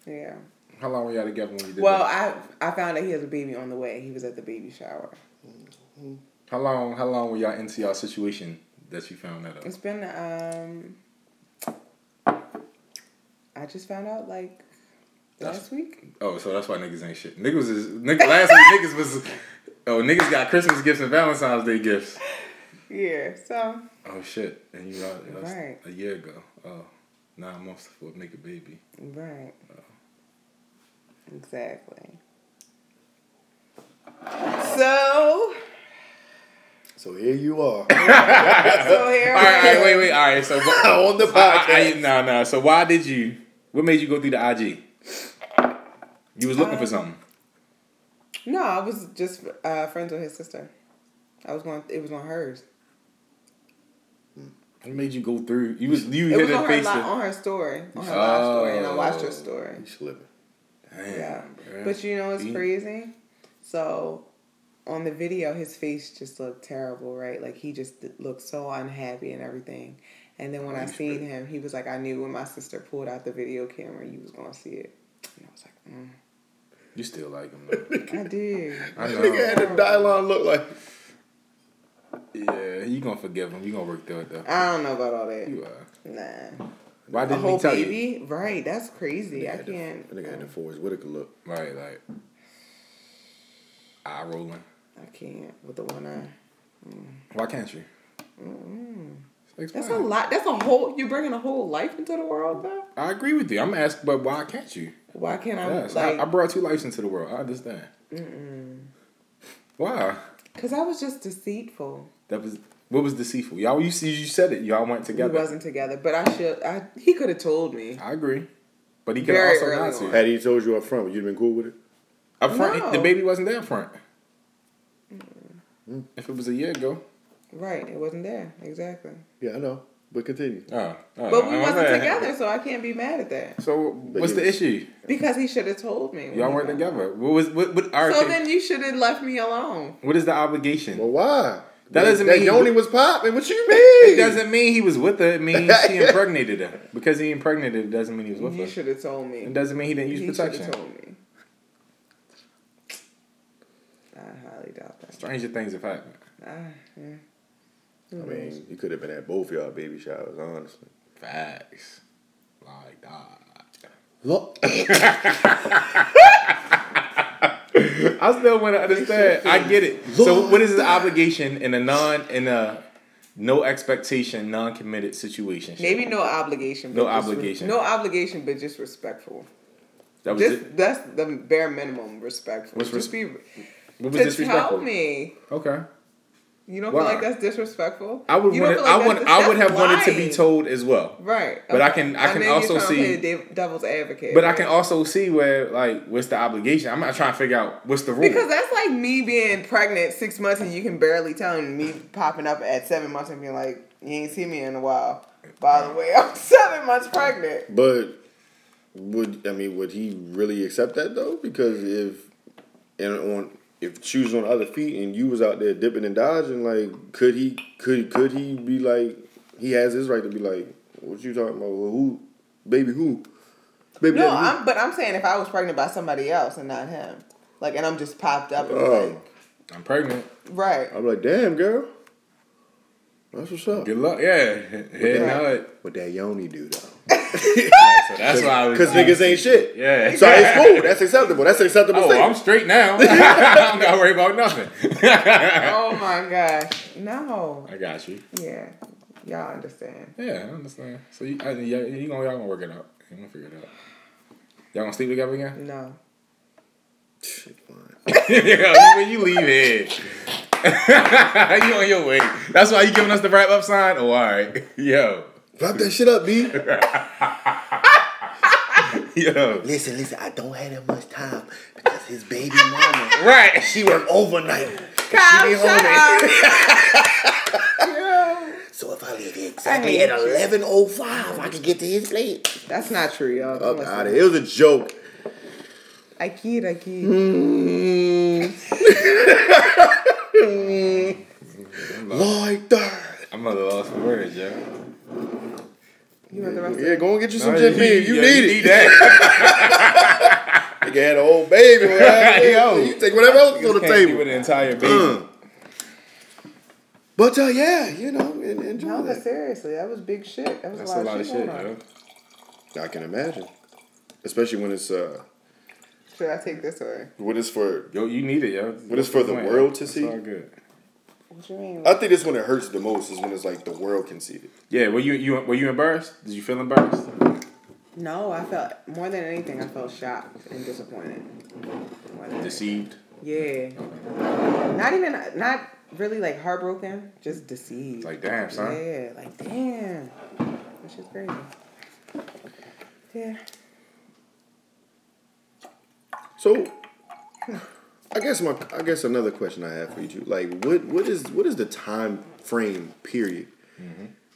Speaker 4: yeah.
Speaker 3: How long were y'all together when you did
Speaker 4: Well,
Speaker 3: that?
Speaker 4: I I found out he has a baby on the way. He was at the baby shower.
Speaker 3: How long? How long were y'all into y'all situation that you found that out?
Speaker 4: It's been um. I just found out like
Speaker 3: That's-
Speaker 4: last week.
Speaker 3: Oh, so that's why niggas ain't shit. Niggas is nigg last week niggas was. Oh, niggas got Christmas gifts and Valentine's Day gifts.
Speaker 4: Yeah. So
Speaker 3: Oh shit! And you out that was
Speaker 4: Right.
Speaker 3: a year ago. Oh, nine months for make a baby.
Speaker 4: Right. Exactly. So,
Speaker 2: So here you are.
Speaker 3: <laughs>
Speaker 4: so
Speaker 3: <laughs>
Speaker 4: here
Speaker 3: All right,
Speaker 4: I
Speaker 3: all
Speaker 4: am.
Speaker 3: right, wait, wait, all right. <laughs> So
Speaker 2: <laughs>
Speaker 3: what-
Speaker 2: on the
Speaker 3: I, I,
Speaker 2: podcast.
Speaker 3: no, no. So why did you? What made you go through the IG? You was
Speaker 4: Uh,
Speaker 3: looking for something.
Speaker 4: No, I was just uh, friends with his sister. I was going. It was on hers.
Speaker 3: What made you go through? You was you
Speaker 4: It
Speaker 3: hit
Speaker 4: was
Speaker 3: her
Speaker 4: on her,
Speaker 3: face.
Speaker 4: li-
Speaker 3: to-
Speaker 4: on her story, on her live story, and I watched
Speaker 3: Oh.
Speaker 4: her story.
Speaker 2: You slipping.
Speaker 3: Damn,
Speaker 4: Yeah,
Speaker 3: bruh.
Speaker 4: but you know what's
Speaker 3: Yeah.
Speaker 4: crazy? So on the video, his face just looked terrible, right? Like he just th- looked so unhappy and everything. And then when I seen him, he was like, "I knew when my sister pulled out the video camera, you was gonna see it." And I was like, mm,
Speaker 3: You still like him though. <laughs>
Speaker 4: <laughs> "I did."
Speaker 3: I
Speaker 2: Nigga
Speaker 3: know.
Speaker 2: had the dialogue look like.
Speaker 3: Yeah, you gonna forgive him. You gonna work through it though.
Speaker 4: I don't know about all that.
Speaker 3: You are.
Speaker 4: Nah,
Speaker 3: Why
Speaker 4: a
Speaker 3: didn't he
Speaker 4: whole
Speaker 3: tell
Speaker 4: baby, right? That's crazy. I
Speaker 2: had the-
Speaker 4: can't.
Speaker 2: Nigga had the Forrest Whitaker look.
Speaker 3: you? Right, like eye rolling.
Speaker 4: I can't with the one eye.
Speaker 3: Why can't you?
Speaker 4: That's a lot. That's a whole. You bringing a whole life into the world, though.
Speaker 3: I agree with you. I'm asking, but why can't you?
Speaker 4: Why can't I?
Speaker 3: Yes,
Speaker 4: like,
Speaker 3: I, I brought two lives into the world. I understand. Why?
Speaker 4: Cause I was just deceitful.
Speaker 3: That was what was deceitful. Y'all, you see, you said it. Y'all went
Speaker 4: We
Speaker 3: together.
Speaker 4: wasn't together, but I should. I he could have told me.
Speaker 3: I agree, but he could
Speaker 4: Very
Speaker 3: also not
Speaker 4: early
Speaker 3: to.
Speaker 4: on.
Speaker 2: Had he told you up front, would you have been cool with it?
Speaker 3: Up front,
Speaker 4: No.
Speaker 3: the baby wasn't there up front. If it was a year ago,
Speaker 4: Right, it wasn't there exactly.
Speaker 2: Yeah, I know. But continue.
Speaker 3: oh, oh,
Speaker 4: But we
Speaker 3: I'm
Speaker 4: wasn't
Speaker 3: mad.
Speaker 4: together, so I can't be mad at that
Speaker 3: So what's
Speaker 2: you-
Speaker 3: the issue?
Speaker 4: because he should have told me. when
Speaker 3: Y'all
Speaker 4: he
Speaker 3: weren't
Speaker 4: found out.
Speaker 3: together. What was what? what all right,
Speaker 4: So
Speaker 3: okay.
Speaker 4: then you should have left me alone.
Speaker 3: what is the obligation?
Speaker 2: Well, why?
Speaker 3: That doesn't
Speaker 2: that
Speaker 3: mean-
Speaker 2: Yoni was popping. What you mean?
Speaker 3: It doesn't mean he was with her. It means
Speaker 4: <laughs>
Speaker 3: she impregnated her. Because he impregnated her doesn't mean he was with
Speaker 4: You
Speaker 3: her.
Speaker 4: should have told me.
Speaker 3: It doesn't mean he didn't use
Speaker 4: He should
Speaker 3: protection.
Speaker 4: have told me. I highly doubt that.
Speaker 3: Stranger things have happened.
Speaker 4: I- yeah.
Speaker 2: I mean, you could have been at both y'all baby showers, honestly.
Speaker 3: Facts. Like ah. that.
Speaker 2: Look.
Speaker 3: <laughs> I still want to understand. I get it. So what is his obligation in a non in a no expectation, non committed situation?
Speaker 4: Maybe no obligation.
Speaker 3: No
Speaker 4: but just re-
Speaker 3: obligation.
Speaker 4: no obligation, but just respectful.
Speaker 3: That was
Speaker 4: Just
Speaker 3: it.
Speaker 4: that's the bare minimum respectful.
Speaker 3: What's
Speaker 4: Just be
Speaker 3: What was
Speaker 4: to tell
Speaker 3: disrespectful?
Speaker 4: me
Speaker 3: Okay.
Speaker 4: You don't
Speaker 3: Why?
Speaker 4: feel like that's disrespectful?
Speaker 3: I would
Speaker 4: You don't
Speaker 3: want.
Speaker 4: feel like
Speaker 3: I would.
Speaker 4: that's dis-
Speaker 3: I would
Speaker 4: that's
Speaker 3: have wanted to be
Speaker 4: lying.
Speaker 3: told as well.
Speaker 4: Right.
Speaker 3: But I
Speaker 4: okay.
Speaker 3: can- I
Speaker 4: Now,
Speaker 3: can
Speaker 4: maybe you're
Speaker 3: also
Speaker 4: trying to
Speaker 3: see-
Speaker 4: play the dev- devil's advocate.
Speaker 3: But I can also see where like what's the obligation. I'm not trying to figure out what's the rule.
Speaker 4: Because that's like me being pregnant six months and you can barely tell, and me popping up at seven months and being like, "You ain't seen me in a while." By the way, <laughs> I'm seven months pregnant.
Speaker 2: But would I mean would he really accept that though? Because if and on if she was on other feet and you was out there dipping and dodging, like could he could could he be like he has his right to be like what you talking about? Well, who baby who baby
Speaker 4: No,
Speaker 2: daddy who?
Speaker 4: I'm. But I'm saying if I was pregnant by somebody else and not him, like, and I'm just popped up and
Speaker 3: Uh,
Speaker 2: Oh.
Speaker 3: I'm pregnant.
Speaker 4: like, right.
Speaker 2: I'm like damn girl, that's what's up.
Speaker 3: Good luck. Yeah. Head
Speaker 2: Yeah.
Speaker 3: nod.
Speaker 2: What that yoni do though?
Speaker 3: So that's why I was.
Speaker 2: Because niggas ain't shit.
Speaker 3: Yeah.
Speaker 2: So it's cool. That's acceptable. That's an acceptable.
Speaker 3: Oh,
Speaker 2: statement.
Speaker 3: I'm straight <laughs> now. I don't gotta worry about <laughs> nothing.
Speaker 4: Oh my gosh. No.
Speaker 3: I got you.
Speaker 4: Yeah. Y'all understand.
Speaker 3: Yeah, I understand. So you, I, you, you gonna y'all gonna work it out. You gonna figure it out. Y'all gonna sleep together <laughs> again?
Speaker 4: No.
Speaker 3: yeah, when you leave here. <laughs> you on your way. That's why you giving us the wrap up sign? Oh, all right. <laughs> Yo.
Speaker 2: Wrap that shit up, B.
Speaker 3: Yo.
Speaker 2: Listen, listen, I don't have that much time because his baby <laughs> mama,
Speaker 3: Right.
Speaker 2: she work overnight.
Speaker 4: Kyle,
Speaker 2: be
Speaker 4: shut
Speaker 2: homie.
Speaker 4: up.
Speaker 2: So if I leave
Speaker 4: I
Speaker 2: exactly
Speaker 4: hate
Speaker 2: at
Speaker 4: you.
Speaker 2: 11.05, I can get to his plate.
Speaker 4: <laughs> That's not true, y'all. Don't
Speaker 2: Up
Speaker 4: listen.
Speaker 2: out of here. Oh, It was a joke.
Speaker 4: I kid, I kid.
Speaker 2: Mm. <laughs> Lloyd Third.
Speaker 3: I'm at a loss for words, yo.
Speaker 4: You want the rest of
Speaker 2: Yeah, go and get you some
Speaker 3: No,
Speaker 2: Jim Beam. You
Speaker 3: yeah,
Speaker 2: need
Speaker 3: <laughs> you
Speaker 2: it.
Speaker 3: need that.
Speaker 2: Nigga had an old
Speaker 3: <laughs>
Speaker 2: baby. man.
Speaker 3: Yo.
Speaker 2: You take whatever else is on the
Speaker 3: Can't be
Speaker 2: table.
Speaker 3: with an entire baby.
Speaker 2: Mm. But uh, yeah, you know, en- enjoy
Speaker 4: No, but
Speaker 2: that.
Speaker 4: seriously, that was big shit. That was
Speaker 3: That's
Speaker 4: a lot, of shit. going
Speaker 3: yo.
Speaker 4: on.
Speaker 2: I can imagine. Especially when it's uh,
Speaker 4: Should I take this or
Speaker 2: when it's for
Speaker 3: Yo, you need it, yo. What
Speaker 2: it's for the world to see?
Speaker 3: It's all good.
Speaker 4: what you mean?
Speaker 2: I think that's when it hurts the most is when it's like the world can see it.
Speaker 3: Yeah, were you you were you embarrassed? Did you feel embarrassed?
Speaker 4: no, I felt more than anything. I felt shocked and disappointed. More than
Speaker 3: Deceived.
Speaker 4: anything. yeah, not even not really like heartbroken, just deceived.
Speaker 3: Like damn, son.
Speaker 4: yeah, like damn, that's just crazy. Yeah,
Speaker 2: So, I guess my I guess another question I have for you, too. like what what is what is the time frame period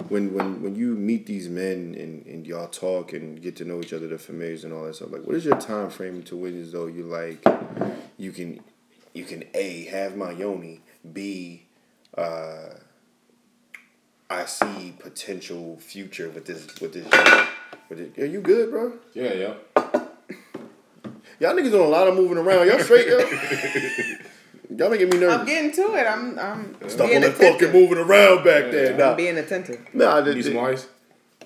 Speaker 2: when when when you meet these men and, and y'all talk and get to know each other, the familiars and all that stuff? Like, what is your time frame to when as though you like you can you can a have my yoni, b uh, I see potential future with this with this. With it. Are you good, bro?
Speaker 3: Yeah, yo.
Speaker 2: Y'all niggas doing a lot of moving around. Y'all straight, yo. Y'all making me
Speaker 4: I'm
Speaker 2: nervous.
Speaker 4: getting to it. I'm I'm
Speaker 2: Stop on
Speaker 4: being
Speaker 2: that
Speaker 4: attentive.
Speaker 2: fucking moving around back there.
Speaker 4: I'm
Speaker 2: Nah,
Speaker 4: being attentive.
Speaker 2: nah. I
Speaker 3: Need
Speaker 2: did,
Speaker 3: some ice?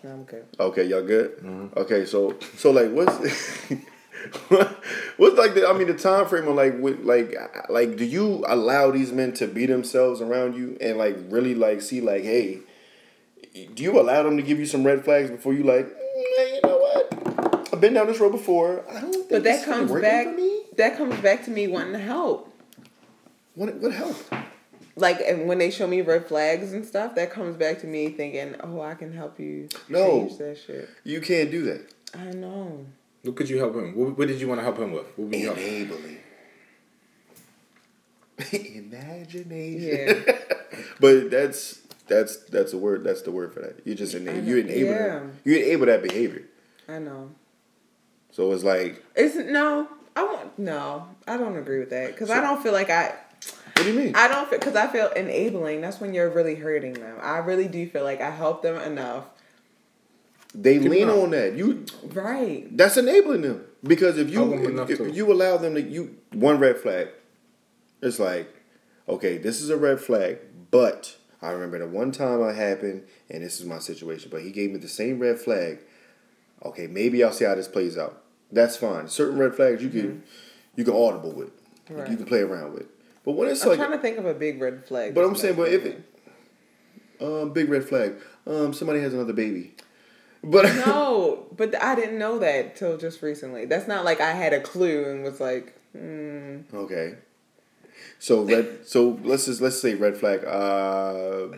Speaker 4: No, I'm good.
Speaker 2: Okay, y'all good. Okay, so so like what's <laughs> what's like the I mean the time frame of like with like I- like do you allow these men to be themselves around you and like really like see like hey do you allow them to give you some red flags before you like "Mm, you know what I've been down this road before I don't think
Speaker 4: But
Speaker 2: this
Speaker 4: that
Speaker 2: is
Speaker 4: comes
Speaker 2: working
Speaker 4: back.
Speaker 2: for me
Speaker 4: That comes back to me wanting to help.
Speaker 2: what what help
Speaker 4: like and when they show me red flags and stuff, that comes back to me thinking, "Oh, I can help you
Speaker 2: No.
Speaker 4: change that shit."
Speaker 2: you can't do that
Speaker 4: I know.
Speaker 3: What could you help him? What, what did you want to help him with? What would you help him?
Speaker 2: enabling. <laughs> Imagination.
Speaker 4: Yeah,
Speaker 2: <laughs> But that's that's that's the word. That's the word for that. You just
Speaker 4: I
Speaker 2: enable.
Speaker 4: know.
Speaker 2: You enable.
Speaker 4: Yeah.
Speaker 2: that You enable that behavior.
Speaker 4: I know.
Speaker 2: So it's like,
Speaker 4: It's no, I won't. No, I don't agree with that because I don't feel like I.
Speaker 2: what do you mean?
Speaker 4: I don't feel because I feel enabling. That's when you're really hurting them. I really do feel like I helped them enough.
Speaker 2: they
Speaker 3: Keep
Speaker 2: lean
Speaker 3: it up.
Speaker 2: on that. You.
Speaker 4: Right.
Speaker 2: That's enabling them because if
Speaker 3: Help 'em
Speaker 2: you
Speaker 3: enough
Speaker 2: if,
Speaker 3: to-
Speaker 2: if you allow them to you one red flag, it's like, okay, this is a red flag. But I remember the one time I happened, and this is my situation. But he gave me the same red flag. Okay, maybe I'll see how this plays out. That's fine. Certain red flags you can you can audible with.
Speaker 4: Mm-hmm. Right.
Speaker 2: You can play around with. But when it's
Speaker 4: I'm
Speaker 2: like
Speaker 4: trying to think of a big red flag.
Speaker 2: But I'm
Speaker 4: that's
Speaker 2: saying,
Speaker 4: not
Speaker 2: but if
Speaker 4: for me.
Speaker 2: it, um, big red flag, um, somebody has another baby. But
Speaker 4: No, but I didn't know that till just recently. That's not like I had a clue and was like, hmm.
Speaker 2: okay, So red. So let's just let's say red flag. Uh,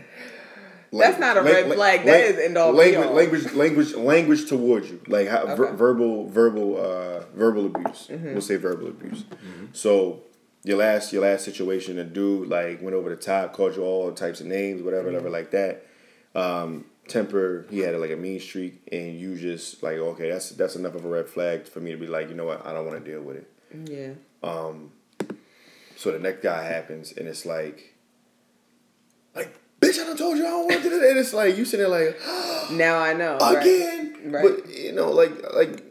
Speaker 4: That's not a red flag. That
Speaker 2: That
Speaker 4: is
Speaker 2: is
Speaker 4: end all be
Speaker 2: language,
Speaker 4: all.
Speaker 2: language, language, language towards you, like how, ver-
Speaker 4: Okay. Mm-hmm.
Speaker 2: verbal, verbal, uh, verbal abuse. We'll say verbal abuse. So your last, your last situation, a dude like went over the top, called you all types of names, whatever, whatever,
Speaker 4: Mm-hmm.
Speaker 2: like that. Um, temper, he had like a mean streak, and you just like, okay, that's that's enough of a red flag for me to be like, you know what, I don't want to deal with it.
Speaker 4: Yeah.
Speaker 2: So the next guy happens, and it's like, like, bitch, I done told you I don't want to do that. And it's like, you sitting there like,
Speaker 4: Now I know. right?
Speaker 2: again.
Speaker 4: Right.
Speaker 2: But, you know, like, like,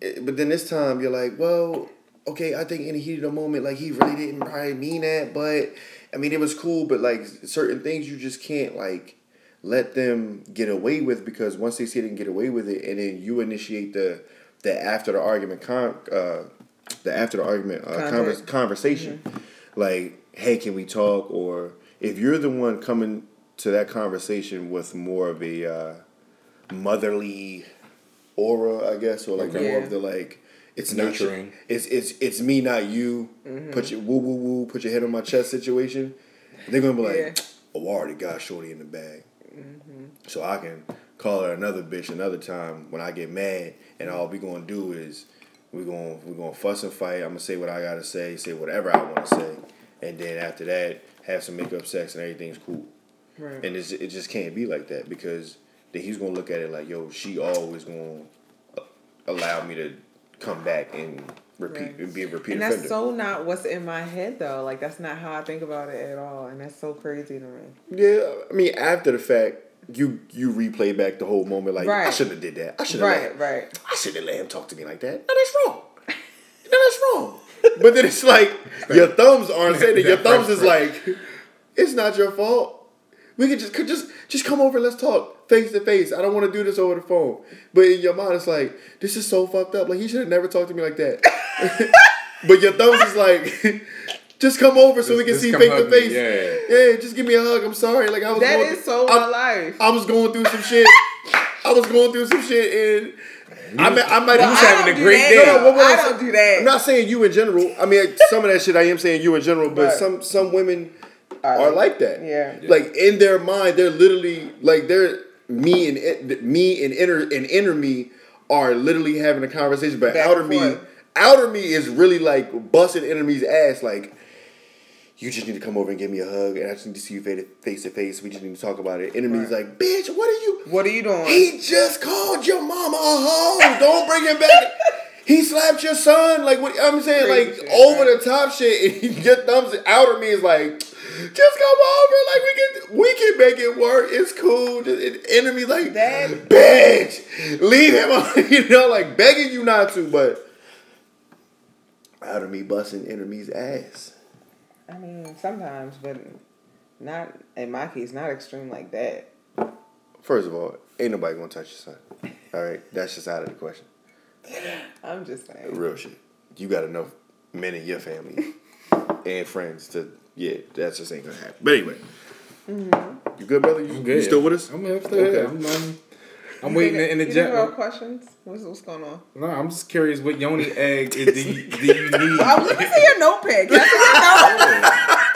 Speaker 2: it- but then this time you're like, well, okay, I think in the heat of the moment, like, he really didn't probably mean that, but, I mean, it was cool, but, like, certain things you just can't, like, let them get away with because once they see they can get away with it, and then you initiate the, the after the argument con, uh, the after the argument uh,
Speaker 4: Contact.
Speaker 2: convers- conversation.
Speaker 4: Mm-hmm.
Speaker 2: Like, hey, can we talk? Or if you're the one coming to that conversation with more of a uh, motherly aura, I guess, or like
Speaker 4: Okay.
Speaker 2: more
Speaker 4: Yeah.
Speaker 2: of the like, it's
Speaker 3: Nurturing.
Speaker 2: Not, it's it's it's me, not you. Put your woo woo woo, put your head on my chest situation. They're gonna be like,
Speaker 4: Yeah.
Speaker 2: oh, I already got Shorty in the bag, so I can call her another bitch another time when I get mad, and all we gonna do is we gonna we gonna fuss and fight. I'm gonna say what I gotta say, say whatever I want to say, and then after that, have some make up sex and everything's cool.
Speaker 4: Right.
Speaker 2: And it's, it just can't be like that because then he's gonna look at it like, yo, she always gonna uh, allow me to come back and repeat
Speaker 4: Right.
Speaker 2: and be a repeat
Speaker 4: And
Speaker 2: offender.
Speaker 4: that's so not what's in my head though. Like that's not how I think about it at all. And that's so crazy to me.
Speaker 2: yeah, I mean, after the fact, you you replay back the whole moment like, I
Speaker 4: Right.
Speaker 2: shouldn't have did that. I should have.
Speaker 4: Right, right.
Speaker 2: I shouldn't let him talk to me like that. No, that's wrong. No, that's wrong. But then it's like your thumbs aren't saying that. Your thumbs is like, it's not your fault. We could just could just just come over. and Let's talk face to face. I don't want to do this over the phone. But in your mind, it's like this is so fucked up. Like he should have never talked to me like that. <laughs> but your thumbs is like, just come over so we can
Speaker 3: Just-
Speaker 2: see
Speaker 3: just come
Speaker 2: face to
Speaker 3: hug me.
Speaker 2: face.
Speaker 3: Yeah.
Speaker 2: yeah, just give me a hug. I'm sorry. Like I was.
Speaker 4: That
Speaker 2: going
Speaker 4: is
Speaker 2: through-
Speaker 4: so
Speaker 2: I'm-
Speaker 4: my life.
Speaker 2: I was going through some shit. I was going through some shit, and I, might- I might
Speaker 4: Well,
Speaker 2: have
Speaker 4: I
Speaker 2: said-
Speaker 3: having
Speaker 4: don't
Speaker 3: a
Speaker 4: do
Speaker 3: great
Speaker 4: that.
Speaker 3: day. No, no,
Speaker 2: what- what
Speaker 4: I
Speaker 2: I'm
Speaker 4: don't
Speaker 2: saying-
Speaker 4: do that.
Speaker 2: I'm not saying you in general. I mean, some of that shit I am saying you in general, but
Speaker 4: Right.
Speaker 2: some some women
Speaker 4: Are
Speaker 2: are,
Speaker 4: like-
Speaker 2: like that.
Speaker 4: yeah.
Speaker 2: Like in their mind, they're literally like they're me and it- me and inner and inner me are literally having a conversation, but
Speaker 4: Back and
Speaker 2: outer me,
Speaker 4: forth.
Speaker 2: outer me is really like busting inner me's ass, like. You just need to come over and give me a hug, and I just need to see you fa- face to face. We just need to talk about it. Inner me's
Speaker 4: Right.
Speaker 2: like, bitch, what are you?
Speaker 4: What are you doing?
Speaker 2: He just called your mama a hoe. Don't bring him back. He slapped your son. Like what I'm saying,
Speaker 4: Crazy
Speaker 2: like
Speaker 4: shit,
Speaker 2: over
Speaker 4: right?
Speaker 2: the top shit. And your thumbs out of me is like, just come over. Like we can we can make it work. It's cool. Just- It, enemy like
Speaker 4: That-
Speaker 2: bitch. Leave him. <laughs> alone," You know, like begging you not to, but out of me busting enemy's ass.
Speaker 4: I mean, sometimes, but not in my case, not extreme like that.
Speaker 2: First of all, ain't nobody gonna touch your son. All right, that's just out of the question.
Speaker 4: I'm just saying.
Speaker 2: Real shit. You got enough men in your
Speaker 4: <laughs>
Speaker 2: family and friends to yeah, that's just ain't gonna happen. But anyway.
Speaker 4: Mm-hmm.
Speaker 2: You good, brother? You, you still with us?
Speaker 3: I'm here, I'm still here.
Speaker 2: Okay.
Speaker 3: I'm, I'm, I'm waiting in the
Speaker 4: You
Speaker 3: jet.
Speaker 4: think about questions? What's, what's going on?
Speaker 3: No, I'm just curious what
Speaker 2: <laughs>
Speaker 3: yoni egg is the, do you need?
Speaker 4: I'm looking for your notepad. Can I see your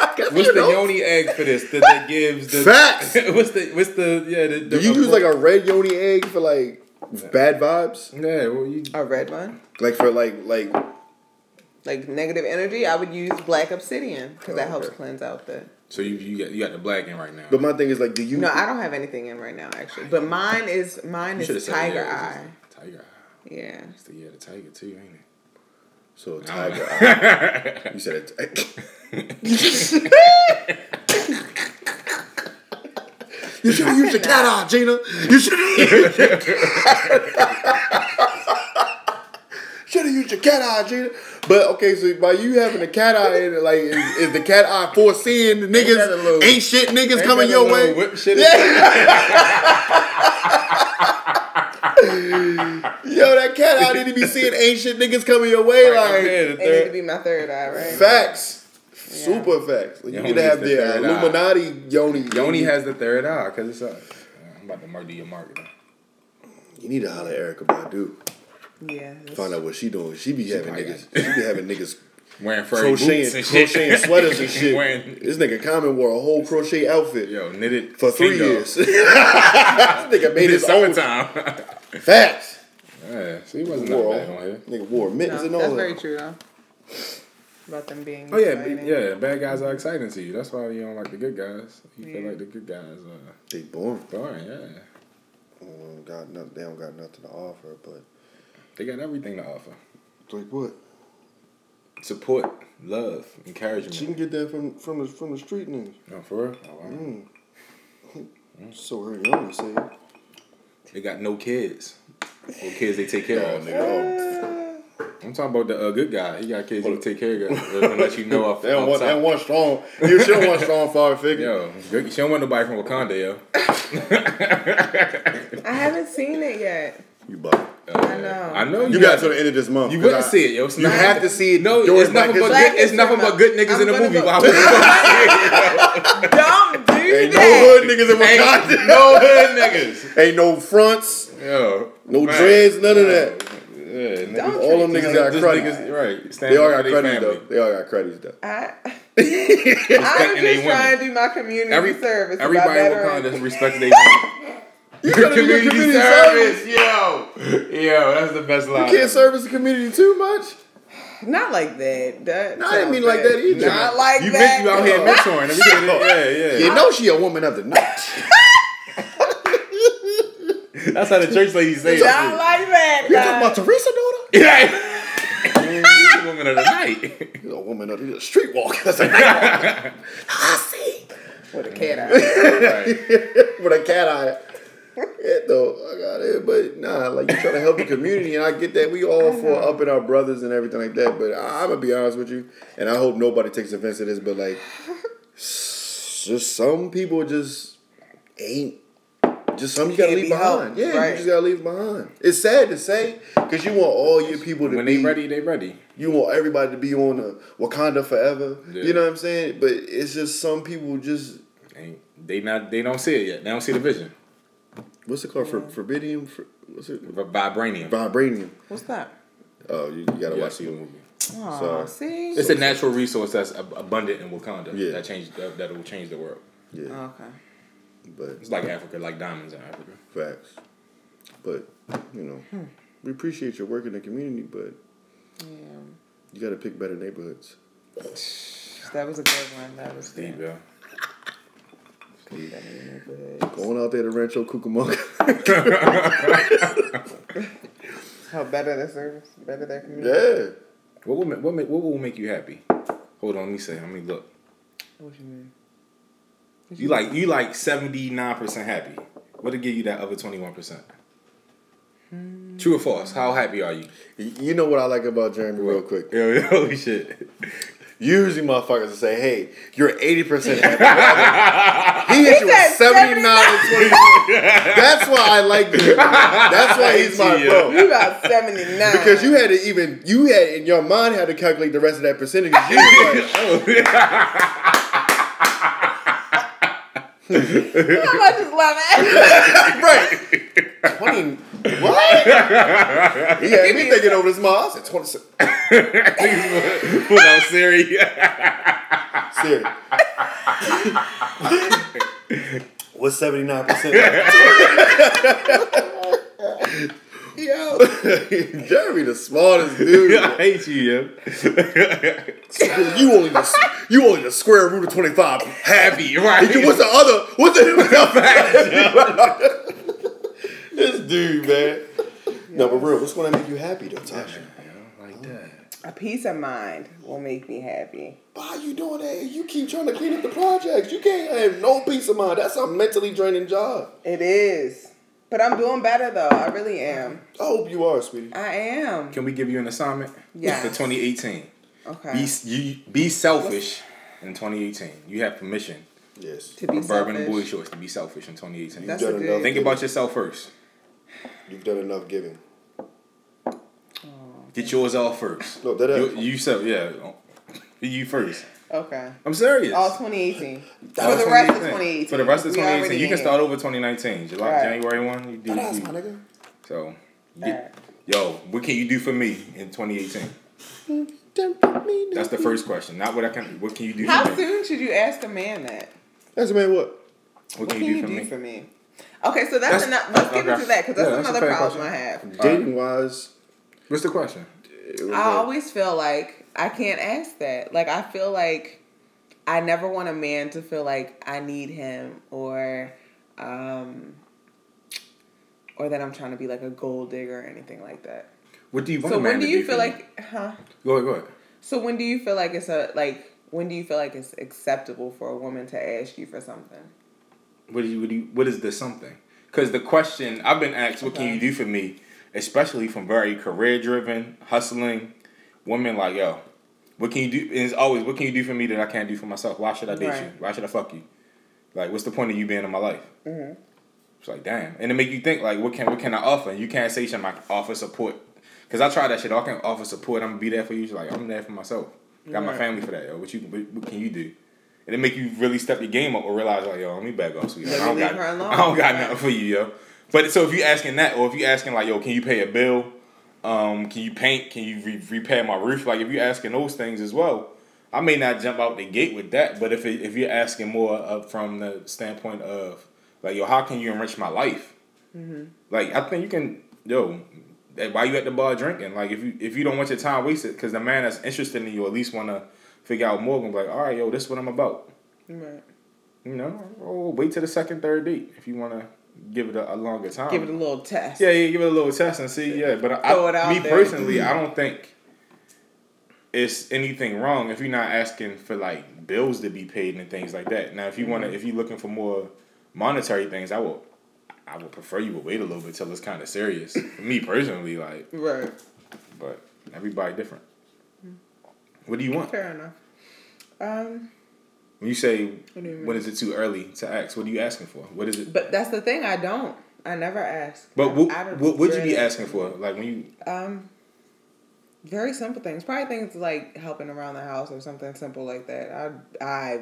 Speaker 4: notepad?
Speaker 3: What's the yoni egg for this that, that gives the
Speaker 2: Facts!
Speaker 3: <laughs> what's the what's the yeah? The,
Speaker 2: Do you use like a red yoni egg for like bad vibes?
Speaker 3: yeah? Well, you
Speaker 4: A red one.
Speaker 2: Like for like like
Speaker 4: Like negative energy, I would use black obsidian because that helps
Speaker 2: Okay.
Speaker 4: cleanse out the.
Speaker 3: so you you got, you got the black in right now.
Speaker 2: but my thing is like do you
Speaker 4: No, I don't have anything in right now actually, but mine is mine
Speaker 3: You should've
Speaker 4: is
Speaker 3: said,
Speaker 4: tiger
Speaker 3: yeah,
Speaker 4: eye.
Speaker 3: it's just Tiger eye.
Speaker 4: Yeah.
Speaker 3: It's the year of the tiger too, ain't it?
Speaker 2: So
Speaker 3: Oh. <laughs>
Speaker 2: tiger eye. You said it <laughs> You should have used your cat eye, Gina. You should have used <laughs> your Should have used your cat eye, Gina. But okay, so by you having a cat eye, in it, like is, is the cat eye foreseeing the
Speaker 3: that a
Speaker 2: niggas
Speaker 3: little-
Speaker 2: ain't shit niggas
Speaker 3: Ain't
Speaker 2: coming
Speaker 3: that a
Speaker 2: your way?
Speaker 3: little Whip shit
Speaker 2: <laughs> Yo, that cat eye need to be seeing ain't shit niggas coming your way, like
Speaker 3: yeah, the
Speaker 4: It need to
Speaker 3: third.
Speaker 4: be my third eye, right?
Speaker 2: Facts. Super facts. You
Speaker 3: Yoni
Speaker 2: need to have
Speaker 3: is the
Speaker 2: the, uh,
Speaker 3: third eye.
Speaker 2: Illuminati Yoni.
Speaker 3: Yoni has the third eye because it's up. Yeah, I'm about to murder your marketing.
Speaker 2: You need to holler at Erica Badu.
Speaker 4: Yeah. that's-
Speaker 2: Find out what she doing. She be having
Speaker 3: probably <laughs>
Speaker 2: niggas. She be having niggas
Speaker 3: Wearing furry boots
Speaker 2: crocheting,
Speaker 3: and shit.
Speaker 2: crocheting
Speaker 3: <laughs>
Speaker 2: sweaters and shit.
Speaker 3: Wearing,
Speaker 2: This nigga Common wore a whole crochet outfit
Speaker 3: yo, knitted
Speaker 2: for three
Speaker 3: finger.
Speaker 2: years. <laughs> this nigga made
Speaker 3: It's
Speaker 2: his own
Speaker 3: summertime. <laughs>
Speaker 2: facts.
Speaker 3: yeah, so he wasn't that
Speaker 2: Wore
Speaker 3: bad on
Speaker 2: all-
Speaker 3: here.
Speaker 2: nigga wore mittens
Speaker 4: No,
Speaker 2: and
Speaker 4: that's
Speaker 2: all
Speaker 4: very
Speaker 2: that.
Speaker 4: true though. About them being.
Speaker 3: Oh yeah,
Speaker 4: exciting.
Speaker 3: b- yeah. Bad guys are exciting to you. That's why you don't like the good guys. You feel
Speaker 4: Yeah.
Speaker 3: like the good guys are
Speaker 2: They boring.
Speaker 3: boring. Yeah,
Speaker 2: Mm, Got nothing. They don't got nothing to offer. But
Speaker 3: they got everything to offer:
Speaker 2: like what?
Speaker 3: support, love,
Speaker 2: She can
Speaker 3: encouragement.
Speaker 2: get that from from the from the street niggas.
Speaker 3: No, for real. Oh, wow.
Speaker 2: Mm. So her young say.
Speaker 3: They got no kids. Or kids they take care of. I'm talking about the uh, good guy. He got kids he take care of. Uh, and let you know <laughs> off,
Speaker 2: That
Speaker 3: off
Speaker 2: one,
Speaker 3: top.
Speaker 2: that one strong. You should one strong father figure.
Speaker 3: Yo, good, she don't want nobody from Wakanda, yo.
Speaker 4: I haven't seen it yet.
Speaker 2: You buy.
Speaker 4: I know.
Speaker 3: I know
Speaker 2: You got to the end of this month.
Speaker 3: You gotta
Speaker 2: 'cause I-
Speaker 3: see it, yo. It's
Speaker 2: You
Speaker 3: not-
Speaker 2: have to see it.
Speaker 3: No,
Speaker 2: during
Speaker 3: it's nothing
Speaker 2: Black
Speaker 3: but
Speaker 2: History.
Speaker 3: good. It's
Speaker 4: History
Speaker 3: nothing but
Speaker 4: Month.
Speaker 3: good niggas in
Speaker 4: I'm
Speaker 3: the
Speaker 4: gonna
Speaker 3: movie.
Speaker 4: go-
Speaker 3: Why would you go
Speaker 4: Don't do
Speaker 2: Ain't no
Speaker 4: that.
Speaker 2: hood niggas in Wakanda.
Speaker 3: Ain't no hood niggas.
Speaker 2: Ain't no fronts.
Speaker 3: Yo,
Speaker 2: No
Speaker 3: Right.
Speaker 2: dreads. None of that.
Speaker 3: Yeah, niggas-
Speaker 4: Don't
Speaker 2: All them
Speaker 4: treat
Speaker 2: niggas
Speaker 4: me-
Speaker 2: got
Speaker 3: Just
Speaker 2: credit.
Speaker 3: niggas, right? Stand
Speaker 2: They all
Speaker 3: up
Speaker 2: got
Speaker 3: for their
Speaker 2: credit
Speaker 3: family.
Speaker 2: though. They all got credit though.
Speaker 4: I, I'm
Speaker 3: Respecting they
Speaker 4: just trying
Speaker 3: women.
Speaker 4: to do my community
Speaker 3: Every,
Speaker 4: service. about
Speaker 3: everybody in
Speaker 4: veterans.
Speaker 3: Wakanda respects their women.
Speaker 2: You
Speaker 3: Your
Speaker 2: gotta do your
Speaker 3: community,
Speaker 2: community service.
Speaker 3: service, yo, yo, that's the best line.
Speaker 2: You can't service the community too much.
Speaker 4: Not like that. that
Speaker 2: No, I didn't mean
Speaker 4: sounds
Speaker 2: like that
Speaker 4: bad.
Speaker 2: either.
Speaker 4: Not like
Speaker 3: you
Speaker 4: that.
Speaker 3: bitch, you out here mentoring. Let me get it. Yeah,
Speaker 2: You know she a woman of the night.
Speaker 3: yeah. That's how the church ladies say
Speaker 4: Not
Speaker 3: it.
Speaker 4: like that.
Speaker 2: You talking about
Speaker 4: guys.
Speaker 2: Teresa daughter?
Speaker 3: Yeah. She's a woman of the night.
Speaker 2: You're a woman of the street <laughs> walker. That's a night
Speaker 3: <laughs>
Speaker 2: walker. I see.
Speaker 4: With a cat eye.
Speaker 2: <laughs> with a cat eye. Yeah, though I got it, but nah, like you trying to help the community, and I get that we all for up in our brothers and everything like that. But I, I'm gonna be honest with you, and I hope nobody takes offense to this, but like,
Speaker 4: <laughs>
Speaker 2: s- just some people just ain't. Just some you gotta
Speaker 4: Can't
Speaker 2: leave
Speaker 4: be helped,
Speaker 2: behind. Yeah, you
Speaker 4: right.
Speaker 2: just gotta leave behind. It's sad to say, cause you want all your people to
Speaker 3: When
Speaker 2: be
Speaker 3: they ready, they ready.
Speaker 2: you want everybody to be on the Wakanda forever.
Speaker 3: Yeah.
Speaker 2: You know what I'm saying? But it's just some people just
Speaker 3: Ain't- They not. They don't see it yet. They don't see the vision.
Speaker 2: what's it called? For, forbidium? For, what's it?
Speaker 3: V- Vibranium.
Speaker 2: Vibranium.
Speaker 4: What's that?
Speaker 2: Oh, you, you gotta
Speaker 3: Yeah, I
Speaker 2: watch
Speaker 3: see
Speaker 2: the
Speaker 3: the
Speaker 2: movie.
Speaker 3: movie.
Speaker 4: Oh,
Speaker 2: Sorry.
Speaker 4: see.
Speaker 3: It's a natural resource that's ab- abundant in Wakanda.
Speaker 2: Yeah.
Speaker 3: That change that, that will change the world.
Speaker 2: Yeah,
Speaker 4: Okay.
Speaker 2: but
Speaker 3: It's like Africa, like diamonds in Africa.
Speaker 2: facts. But you know, we appreciate your work in the community, but
Speaker 4: Yeah.
Speaker 2: you gotta pick better neighborhoods.
Speaker 4: That was a good one. That was
Speaker 3: Deep,
Speaker 4: good.
Speaker 3: yo.
Speaker 2: Going out there to Rancho Cucamonga. <laughs>
Speaker 4: How better their service, better their community.
Speaker 2: yeah,
Speaker 3: What will make, what make, what will make you happy? Hold on, let me say. Let me look.
Speaker 4: What you mean?
Speaker 3: You like you like seventy nine percent happy. What'll give you that other twenty one percent?
Speaker 4: Hmm.
Speaker 3: True or false? How happy are you?
Speaker 2: Y- you know what I like about Jeremy, real quick.
Speaker 3: Yo, <laughs> yo, holy shit.
Speaker 2: Usually, motherfuckers will say, "Hey, you're eighty percent happy." He hit you
Speaker 4: said
Speaker 2: with seventy nine and twenty. That's why I like you. That's why he's
Speaker 3: <laughs>
Speaker 2: my bro.
Speaker 4: You about 79.
Speaker 2: Because you had to even you had in your mind had to calculate the rest of that percentage. You was like,
Speaker 4: <laughs> How much is love?
Speaker 2: right.
Speaker 3: <laughs>
Speaker 2: 20. <laughs> What? he had me thinking over this mile. I said 26.
Speaker 3: Put out Siri.
Speaker 4: <laughs>
Speaker 2: Siri. What's 79%?
Speaker 4: Yo.
Speaker 2: <laughs> Jeremy, the smartest <laughs> dude.
Speaker 3: I hate you, yo.
Speaker 2: you only the, you only the square root of 25.
Speaker 3: Happy, right?
Speaker 2: What's the other? What's the, <laughs> what's the This dude, man. No, but real, what's going to make you happy, though, Tasha?
Speaker 3: like that.
Speaker 4: A peace of mind will make me happy.
Speaker 2: Why you doing that? You keep trying to clean up the projects. You can't have no peace of mind. That's a mentally draining job.
Speaker 4: It is. But I'm doing better though. I really am.
Speaker 2: I hope you are, sweetie.
Speaker 4: I am.
Speaker 3: Can we give you an assignment?
Speaker 4: Yes.
Speaker 3: For 2018.
Speaker 4: Okay.
Speaker 3: Be you be selfish in 2018. You have permission
Speaker 2: Yes.
Speaker 4: to be
Speaker 3: for Bourbon and Boy
Speaker 4: selfish.
Speaker 3: Shorts to be selfish in 2018.
Speaker 4: That's
Speaker 2: done
Speaker 4: a
Speaker 2: enough.
Speaker 4: good.
Speaker 3: Think about yourself first.
Speaker 2: You've done enough giving.
Speaker 3: Get yours off first.
Speaker 2: No, that- that-
Speaker 3: you, you self, yeah. You first.
Speaker 4: Okay.
Speaker 3: I'm serious.
Speaker 4: All 2018.
Speaker 2: All
Speaker 4: For the rest of
Speaker 3: 2018.
Speaker 4: 2018.
Speaker 3: Oh, For the rest of
Speaker 4: We
Speaker 3: 2018,
Speaker 4: already
Speaker 3: you can
Speaker 4: in.
Speaker 3: start over 2019, July,
Speaker 4: Right.
Speaker 3: January one. You do.
Speaker 2: That's
Speaker 3: you-
Speaker 2: my nigga.
Speaker 3: So,
Speaker 4: All right.
Speaker 3: yo, what can you do for me in 2018? That's the first question. Not what I can. What can you do
Speaker 4: How
Speaker 3: for me?
Speaker 4: soon should you ask a man that?
Speaker 2: That's a man. What?
Speaker 3: What
Speaker 4: What
Speaker 3: can you do for
Speaker 4: do
Speaker 3: me?
Speaker 4: for me? Okay, so
Speaker 3: That's-
Speaker 4: that's, enough. Let's get
Speaker 3: okay.
Speaker 4: into that because
Speaker 3: Yeah, that's
Speaker 4: that's
Speaker 3: a
Speaker 4: another
Speaker 3: fair
Speaker 4: problem
Speaker 3: question.
Speaker 4: I have.
Speaker 2: Dating wise,
Speaker 3: What's the question?
Speaker 4: I always feel like I can't ask that. Like I feel like I never want a man to feel like I need him or um or that I'm trying to be like a gold digger or anything like that.
Speaker 3: What do you want
Speaker 4: So
Speaker 3: a man
Speaker 4: when do
Speaker 3: to
Speaker 4: you
Speaker 3: do for
Speaker 4: feel like huh?
Speaker 3: Go ahead, go ahead.
Speaker 4: So when do you feel like it's a like when do you feel like it's acceptable for a woman to ask you for something?
Speaker 3: What do you, what, do you, what is the something? Because the question I've been asked, what can you do for me? Especially from very career driven, hustling women, like yo, what can you do? And it's always what can you do for me that I can't do for myself? Why should I date you?
Speaker 4: Right.
Speaker 3: Why should I fuck you? Like, what's the point of you being in my life? It's like damn, and it make you think like, what can what can I offer? You can't say shit. I can offer support. Cause I try that shit. I can offer support. I'm gonna be there for you. She's like, I'm there for myself. Got my
Speaker 4: Right.
Speaker 3: family for that. Yo, what you what, what can you do? And it make you really step your game up or realize like, yo, let me back off, sweetheart. I
Speaker 4: Let
Speaker 3: don't
Speaker 4: me
Speaker 3: got
Speaker 4: leave her
Speaker 3: <laughs>
Speaker 4: alone.
Speaker 3: I don't got
Speaker 4: Right.
Speaker 3: nothing for you, yo. But so if you asking that, or if you asking like, yo, can you pay a bill? Um, can you paint? Can you re- repair my roof? Like if you asking those things as well, I may not jump out the gate with that. But if it, if you're asking more up from the standpoint of like, yo, how can you enrich my life?
Speaker 4: Mm-hmm.
Speaker 3: Like I think you can, yo. that- Why you at the bar drinking? Like if you if you don't want your time wasted, because the man that's interested in you at least want to figure out more. And be like, all right, yo, this is what I'm about.
Speaker 4: Right.
Speaker 3: You know, or wait till the second third date if you want to give it a, a longer time.
Speaker 4: Give it a little test.
Speaker 3: Yeah, yeah, give it a little test and see. Yeah, but
Speaker 4: Throw it
Speaker 3: I,
Speaker 4: out
Speaker 3: me
Speaker 4: there.
Speaker 3: personally, I don't think it's anything wrong if you're not asking for like bills to be paid and things like that. Now, if you
Speaker 4: Mm-hmm.
Speaker 3: want to, if you're looking for more monetary things, I will, I would prefer you would wait a little bit till it's kind of serious. me personally, like,
Speaker 4: Right.
Speaker 3: but everybody different.
Speaker 4: Mm-hmm.
Speaker 3: What do you want?
Speaker 4: Fair enough. Um
Speaker 3: When you say
Speaker 4: What do you mean?
Speaker 3: when is it too early to ask? What are you asking for? What is it? But,
Speaker 4: But that's the thing. I don't. I never ask. I-
Speaker 3: what,
Speaker 4: I don't
Speaker 3: what would you be
Speaker 4: really-
Speaker 3: asking for? Like when you
Speaker 4: Um, very simple things. Probably things like helping around the house or something simple like that. I I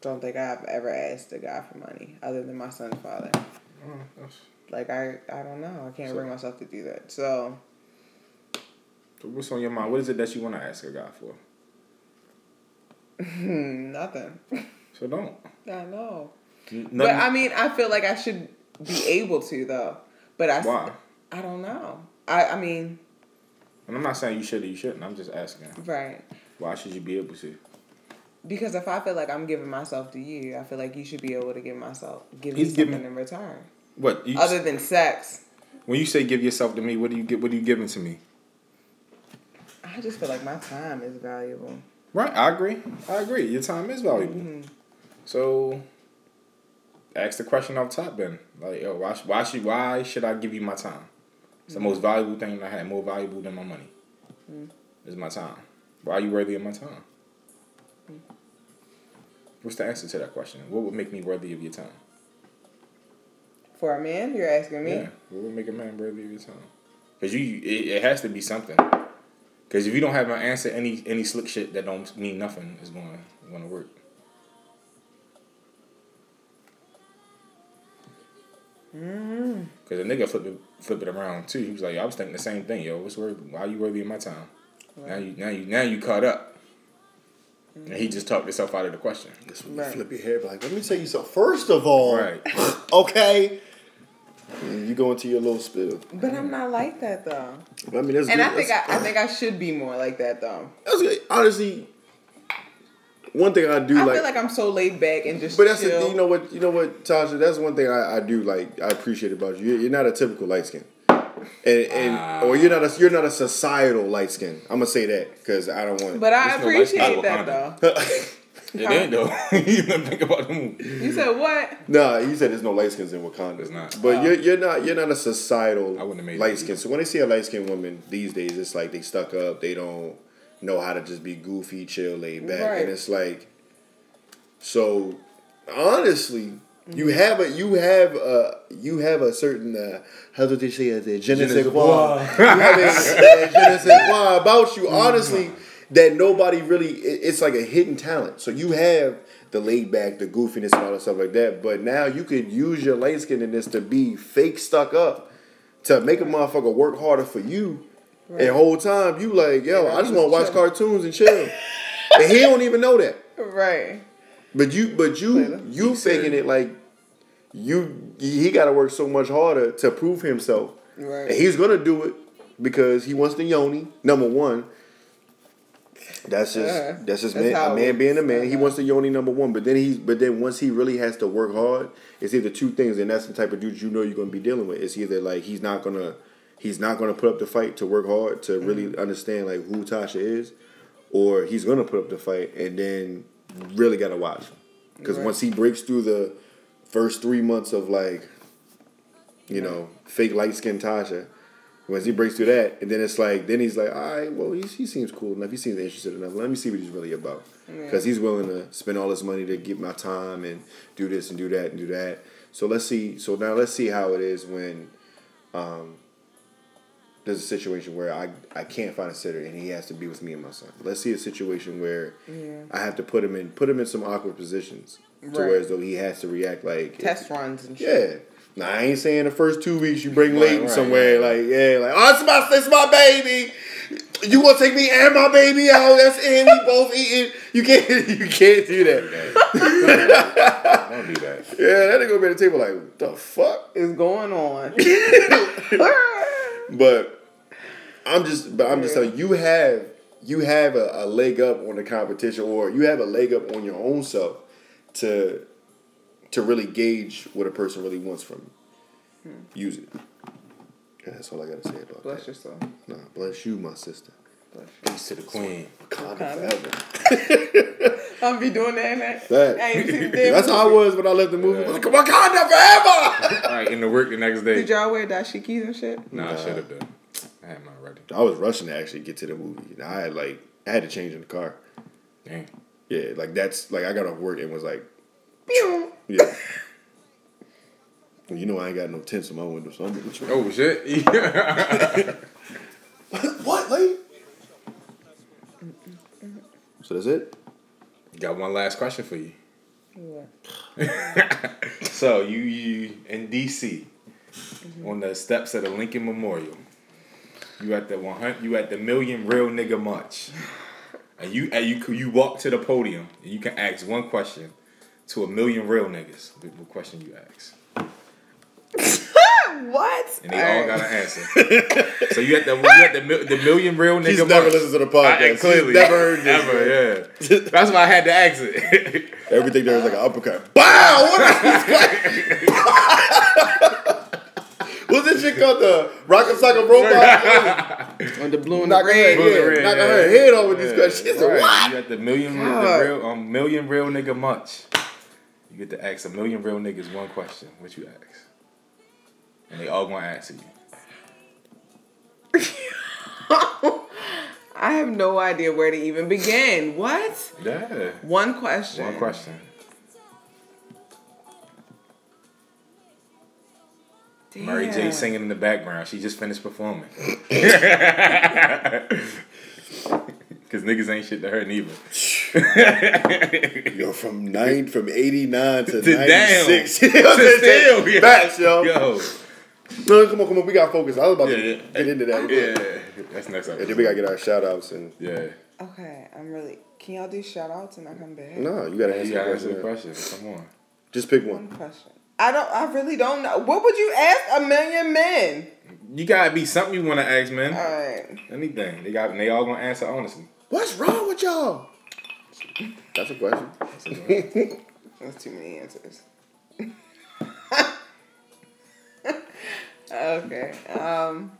Speaker 4: don't think I've ever asked a guy for money other than my son's father. Like I I don't know. I can't
Speaker 3: So-
Speaker 4: bring myself to do that. So
Speaker 3: what's on your mind? What is it that you want to ask a guy for?
Speaker 4: hmm, nothing. <laughs>
Speaker 3: So don't.
Speaker 4: I know.
Speaker 3: N-
Speaker 4: But
Speaker 3: nothing-
Speaker 4: I mean, I feel like I should be able to though. But I s-
Speaker 3: Why?
Speaker 4: I don't know. I I mean,
Speaker 3: and I'm not saying you should or you shouldn't. I'm just asking.
Speaker 4: right.
Speaker 3: Why should you be able to?
Speaker 4: Because if I feel like I'm giving myself to you, I feel like you should be able to give myself give me
Speaker 3: He's
Speaker 4: something
Speaker 3: giving-
Speaker 4: in return.
Speaker 3: What? You,
Speaker 4: Other than sex,
Speaker 3: when you say give yourself to me, what do you get? What are you giving to me?
Speaker 4: I just feel like my time is valuable.
Speaker 3: Right. I agree. I agree. Your time is valuable.
Speaker 4: Mm-hmm.
Speaker 3: So, ask the question off top then. Like, yo, why? sh- Why should? Why should I give you my time? It's
Speaker 4: Mm-hmm.
Speaker 3: the most valuable thing I had. More valuable than my money.
Speaker 4: Mm-hmm.
Speaker 3: Is my time. Why are you worthy of my time?
Speaker 4: Mm-hmm.
Speaker 3: What's the answer to that question? What would make me worthy of your time?
Speaker 4: For a man, you're asking me.
Speaker 3: Yeah, what would make a man worthy of your time? Cause you, it, it has to be something. Cause if you don't have an answer, any any slick shit that don't mean nothing is going going to work. Mm-hmm. Cause a nigga flip it flip it around too. He was like, I was thinking the same thing, yo. What's worthy? Why you worthy of my time? Now you now you now you caught up. And he just talked himself out of the question.
Speaker 2: That's when you
Speaker 4: Right.
Speaker 2: flip your hair. Like, let me tell you something. First of all,
Speaker 3: Right.
Speaker 2: <laughs> okay. And You go into your little spill.
Speaker 4: But I'm not like that though.
Speaker 2: I mean, that's good.
Speaker 4: And I think I,
Speaker 2: That's-
Speaker 4: I think I should be more like that though.
Speaker 2: That's good. Honestly, one thing I do
Speaker 4: I
Speaker 2: like,
Speaker 4: feel like I'm so laid back and just
Speaker 2: but that's
Speaker 4: chill.
Speaker 2: the, you know what you know what Tasha. That's one thing I, I do like. I appreciate about you. You're, you're not a typical light skin, and and or you're not a you're not a societal light skin. I'm gonna say that because I don't want.
Speaker 4: but I
Speaker 3: There's no light skin
Speaker 4: appreciate
Speaker 3: in
Speaker 4: that
Speaker 3: Wakanda.
Speaker 4: though.
Speaker 3: It ain't though. <laughs> you didn't think about the movie.
Speaker 4: You
Speaker 2: <laughs>
Speaker 4: said what?
Speaker 2: Nah, he said there's no light skins in Wakanda.
Speaker 3: There's not.
Speaker 2: But you're, you're not you're not a societal
Speaker 3: I wouldn't have made it
Speaker 2: light
Speaker 3: either.
Speaker 2: skin. So when they see a light skinned woman these days, it's like they stuck up. They don't know how to just be goofy, chill, laid back,
Speaker 4: Right.
Speaker 2: and it's like. So, honestly, you have a you have a you have a certain uh, how do they say it? The je ne sais quoi. You have a, a je ne sais quoi about you. Honestly, that nobody really. it- it's like a hidden talent. So you have the laid back, the goofiness, and all that stuff like that. But now you could use your light skin in this to be fake stuck up, to make a motherfucker work harder for you And whole time you like, yo,
Speaker 4: Yeah,
Speaker 2: I just
Speaker 4: just
Speaker 2: want to watch
Speaker 4: chill.
Speaker 2: cartoons and
Speaker 4: <laughs>
Speaker 2: chill. and he don't even know that.
Speaker 4: Right.
Speaker 2: But you, but you,
Speaker 4: Later.
Speaker 2: you faking it like you. He got to work so much harder to prove himself.
Speaker 4: Right.
Speaker 2: And he's gonna do it because he wants the yoni. Number one. That's just
Speaker 4: Yeah.
Speaker 2: that's just
Speaker 4: That's
Speaker 2: man,
Speaker 4: how
Speaker 2: a
Speaker 4: it
Speaker 2: man
Speaker 4: works. Uh-huh.
Speaker 2: being a man. He wants the yoni number one, but then he's but then once he really has to work hard, it's either two things, and that's the type of dude you know you're gonna be dealing with. It's either like he's not gonna he's not gonna put up the fight to work hard to really
Speaker 4: Mm-hmm.
Speaker 2: understand like who Tasha is, or he's gonna put up the fight and then really gotta watch because
Speaker 4: Right.
Speaker 2: once he breaks through the first three months of like you know fake light skinned Tasha. Once he breaks through that, and then it's like, then he's like, all right, well, he, he seems cool enough. He seems interested enough. Let me see what he's really about. Because he's willing to spend all his money to get my time and do this and do that and do that. So let's see. So now let's see how it is when um, there's a situation where I, I can't find a sitter and he has to be with me and my son. Let's see a situation where I have to put him in put him in some awkward positions to where
Speaker 4: Right.
Speaker 2: as though he has to react like
Speaker 4: Test runs and shit.
Speaker 2: yeah. Now I ain't saying the first two weeks you bring
Speaker 3: Right,
Speaker 2: Leighton
Speaker 3: right,
Speaker 2: somewhere like yeah like oh it's my it's my baby. You want to take me and my baby out? That's it.
Speaker 3: <laughs>
Speaker 2: We both eating. You can't <laughs> you can't do that.
Speaker 3: Don't do that.
Speaker 2: Yeah, that ain't gonna be at the table like what the fuck.
Speaker 4: It's
Speaker 2: <laughs>
Speaker 4: going on. <laughs>
Speaker 2: But I'm just but I'm just
Speaker 4: Yeah.
Speaker 2: telling you you have you have a, a leg up on the competition or you have a leg up on your own self to to really gauge what a person really wants from you.
Speaker 3: Hmm.
Speaker 2: Use it. Yeah, that's all I gotta say about that.
Speaker 4: Bless yourself.
Speaker 2: Nah, bless you, my sister.
Speaker 4: Bless you.
Speaker 3: Peace to the queen.
Speaker 2: Wakanda
Speaker 4: Wakanda.
Speaker 2: forever.
Speaker 4: <laughs> I'll be doing that. And that.
Speaker 2: That- <laughs>
Speaker 4: I ain't seen them.
Speaker 2: That's how I was when I left the movie. I was like, Wakanda forever! <laughs>
Speaker 3: All right, in the work the next
Speaker 4: Did
Speaker 3: day.
Speaker 4: y'all wear dashikis and shit?
Speaker 3: Nah, I should have done. I had mine ready.
Speaker 2: I was rushing to actually get to the movie. And I had like, I had to change in the car.
Speaker 3: Damn.
Speaker 2: Yeah, like that's, like I got off work and was like,
Speaker 4: Pew.
Speaker 2: yeah. Well, you know I ain't got no tents in my window, so I'm what you
Speaker 3: Oh shit. <laughs> Yeah.
Speaker 2: What, lady? So that's it?
Speaker 3: Got one last question for you.
Speaker 4: What?
Speaker 3: So you you in DC on the steps of the Lincoln Memorial. You at the one hundred. You at the million real nigga march. And you and you c- you walk to the podium and you can ask one question to a million real niggas. The- What question you ask?
Speaker 4: <laughs> What?
Speaker 3: And they
Speaker 4: All
Speaker 3: all got
Speaker 4: right.
Speaker 3: an answer. so you at the you at the, mil- the million real nigga
Speaker 2: He's
Speaker 3: march.
Speaker 2: never listened to the podcast.
Speaker 3: I, I
Speaker 2: He's
Speaker 3: clearly
Speaker 2: never heard this.
Speaker 3: Ever, yeah. <laughs> That's why I had to ask it.
Speaker 2: Everything there was like an uppercut. Wow! <laughs> What is this? <laughs> What's this shit called? The Rocket Socket Robot?
Speaker 4: On the blue and the
Speaker 2: Knock her head,
Speaker 4: red.
Speaker 3: Blue and
Speaker 2: yeah,
Speaker 3: red,
Speaker 2: knock
Speaker 3: yeah.
Speaker 2: her head off with <laughs> this
Speaker 3: Yeah,
Speaker 2: question. She's like,
Speaker 3: right.
Speaker 2: what?
Speaker 3: You got the million,
Speaker 4: God.
Speaker 3: the real, um, million real nigga munch. You get to ask a million real niggas one question. What you ask? And they all gonna answer you.
Speaker 4: I have no idea where to even begin. What?
Speaker 3: Yeah.
Speaker 4: One question.
Speaker 3: One question.
Speaker 4: Damn.
Speaker 3: Mary J singing in the background. She just
Speaker 2: <laughs>
Speaker 3: finished performing. <laughs> Cause niggas ain't shit to her neither.
Speaker 2: Yo, from nine, from eighty nine to,
Speaker 3: <laughs> To damn.
Speaker 2: ninety <laughs> six.
Speaker 3: To still, yeah.
Speaker 2: Facts, yo.
Speaker 3: Yo.
Speaker 2: No, come on, come on. We got focus. I was about
Speaker 3: Yeah,
Speaker 2: to
Speaker 3: yeah.
Speaker 2: get into that.
Speaker 3: Yeah. That's next
Speaker 2: And then we gotta
Speaker 3: episode.
Speaker 2: get our shout outs and
Speaker 3: Yeah.
Speaker 4: Okay, I'm really. Can y'all do shout outs and I come back?
Speaker 2: no, you gotta answer,
Speaker 3: You
Speaker 2: the
Speaker 3: gotta answer
Speaker 2: question.
Speaker 3: the question. Come on.
Speaker 2: Just pick
Speaker 4: One
Speaker 2: one.
Speaker 4: question. I don't. I really don't know. What would you ask a million men?
Speaker 3: You gotta be something you wanna ask, man.
Speaker 4: All right.
Speaker 3: Anything. They got and they all gonna answer <laughs> honestly.
Speaker 2: What's wrong with y'all? That's a question.
Speaker 4: That's too many answers. okay. Um.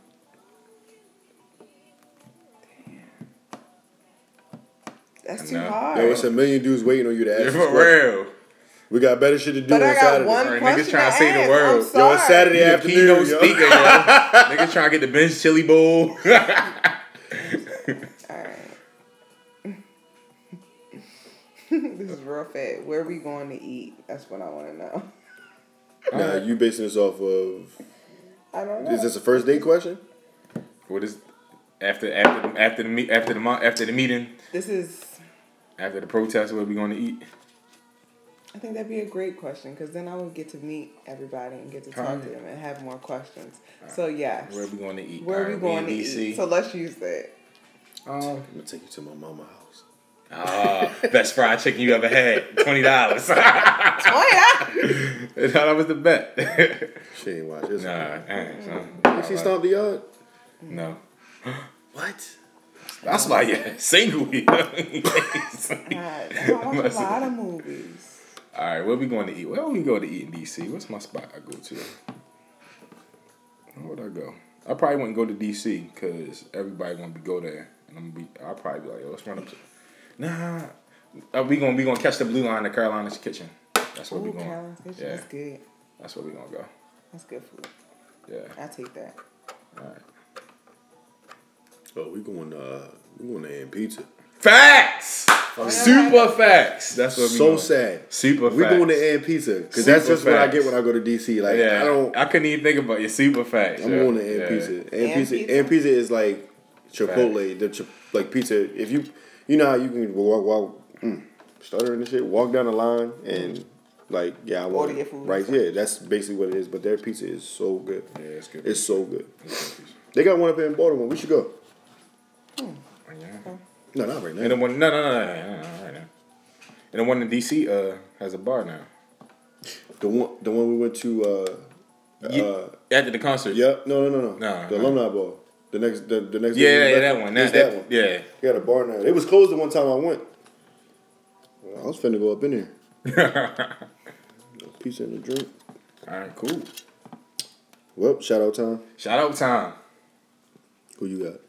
Speaker 4: That's too
Speaker 3: Enough.
Speaker 2: <laughs>
Speaker 4: hard.
Speaker 2: Yo, it's a million dudes waiting on you
Speaker 3: <laughs>
Speaker 2: to ask. this question.
Speaker 3: For real.
Speaker 2: We got better shit to do
Speaker 4: but
Speaker 2: on
Speaker 4: I got
Speaker 2: Saturday.
Speaker 4: one
Speaker 3: Alright, niggas
Speaker 4: question
Speaker 3: trying
Speaker 4: to
Speaker 3: to say the
Speaker 4: ask.
Speaker 3: word.
Speaker 4: I'm
Speaker 2: Yo, it's
Speaker 4: sorry.
Speaker 2: Saturday
Speaker 3: The
Speaker 2: afternoon.
Speaker 3: keynote
Speaker 2: Yo.
Speaker 3: <laughs> speaker, yo. Nigga trying to get the bench chili bowl.
Speaker 4: <laughs>
Speaker 3: <laughs>
Speaker 4: This is real fat. Where we going to eat? That's what I want to know.
Speaker 2: Nah, you basing this off of?
Speaker 4: I don't know.
Speaker 2: Is this a first date question?
Speaker 3: what is after after after the meet after the month after the meeting
Speaker 4: this is
Speaker 3: after the protest? What we going to eat?
Speaker 4: I think that'd be a great question because then I would get to meet everybody and get to talk to them and have more questions. So yes,
Speaker 3: Where are we going to eat?
Speaker 4: where are we
Speaker 3: Alright,
Speaker 4: going to
Speaker 3: in
Speaker 4: eat? So let's use that.
Speaker 3: um,
Speaker 2: I'm gonna take you to my mama house.
Speaker 3: ah, <laughs> best fried chicken you ever had. Twenty <laughs> dollars.
Speaker 4: <laughs> Oh
Speaker 3: <laughs>
Speaker 4: yeah,
Speaker 3: that was the bet.
Speaker 2: She ain't watch this.
Speaker 3: <laughs> nah, eh, so-
Speaker 2: Did she stomp the yard?
Speaker 3: no.
Speaker 2: What?
Speaker 3: That's why you're single. <laughs> All
Speaker 4: God, I watch a lot of movies.
Speaker 3: right, where we going to eat? Where we go to eat in DC? What's my spot I go to? Where would I go? I probably wouldn't go to DC because everybody gonna be go there, and I'm gonna be. I'll probably be like, yo, let's run up. To, nah, uh, we gonna we gonna catch the blue line at Carolina's Kitchen. That's where we
Speaker 4: Ooh,
Speaker 3: going.
Speaker 4: Carol's Kitchen.
Speaker 3: yeah,
Speaker 4: That's good.
Speaker 3: that's where we gonna go.
Speaker 4: That's good food.
Speaker 3: Yeah.
Speaker 4: I take that.
Speaker 3: All right.
Speaker 2: Oh, we going to uh, we going to Aunt Pizza.
Speaker 3: Facts. Super facts. That's what we
Speaker 2: So
Speaker 3: going.
Speaker 2: sad.
Speaker 3: Super.
Speaker 2: We
Speaker 3: facts.
Speaker 2: going to Aunt Pizza because that's
Speaker 3: Super
Speaker 2: just what I
Speaker 3: facts.
Speaker 2: get when I go to DC. Like
Speaker 3: Yeah,
Speaker 2: I don't.
Speaker 3: I couldn't even think about your super facts.
Speaker 2: I'm
Speaker 3: yeah.
Speaker 2: going to Aunt
Speaker 3: yeah.
Speaker 2: Pizza. Aunt,
Speaker 4: Aunt
Speaker 2: Pizza.
Speaker 4: Pizza?
Speaker 2: Aunt Pizza is like Chipotle. The chi- like pizza. If you you know how you can walk walk mm, stuttering and shit. Walk down the line and like yeah, I want
Speaker 4: Order your food.
Speaker 2: Right yeah, that's basically what it is. But their pizza is so good.
Speaker 3: Yeah, it's good.
Speaker 2: It's so good.
Speaker 3: It's good pizza. Hmm.
Speaker 2: They got one up in Baltimore. We should go.
Speaker 4: Hmm.
Speaker 3: Yeah.
Speaker 2: No, not right now.
Speaker 3: And the one, no, no, no, no, no, no, no, right now. And the one in DC uh, has a bar now.
Speaker 2: The one, the one we went to. Uh,
Speaker 3: Yeah, after the concert.
Speaker 2: yeah, no, no, no, no.
Speaker 3: No,
Speaker 2: the
Speaker 3: no.
Speaker 2: alumni ball. The next, the, the next.
Speaker 3: Yeah, yeah,
Speaker 2: it's
Speaker 3: that one. That,
Speaker 2: it's
Speaker 3: that,
Speaker 2: that one.
Speaker 3: Yeah.
Speaker 2: They got a bar now. It was closed the one time I went. Well, I was finna go up in there. Pizza and a drink.
Speaker 3: <laughs> All right, cool.
Speaker 2: Well, shout out time.
Speaker 3: Shout out time.
Speaker 2: Who you got?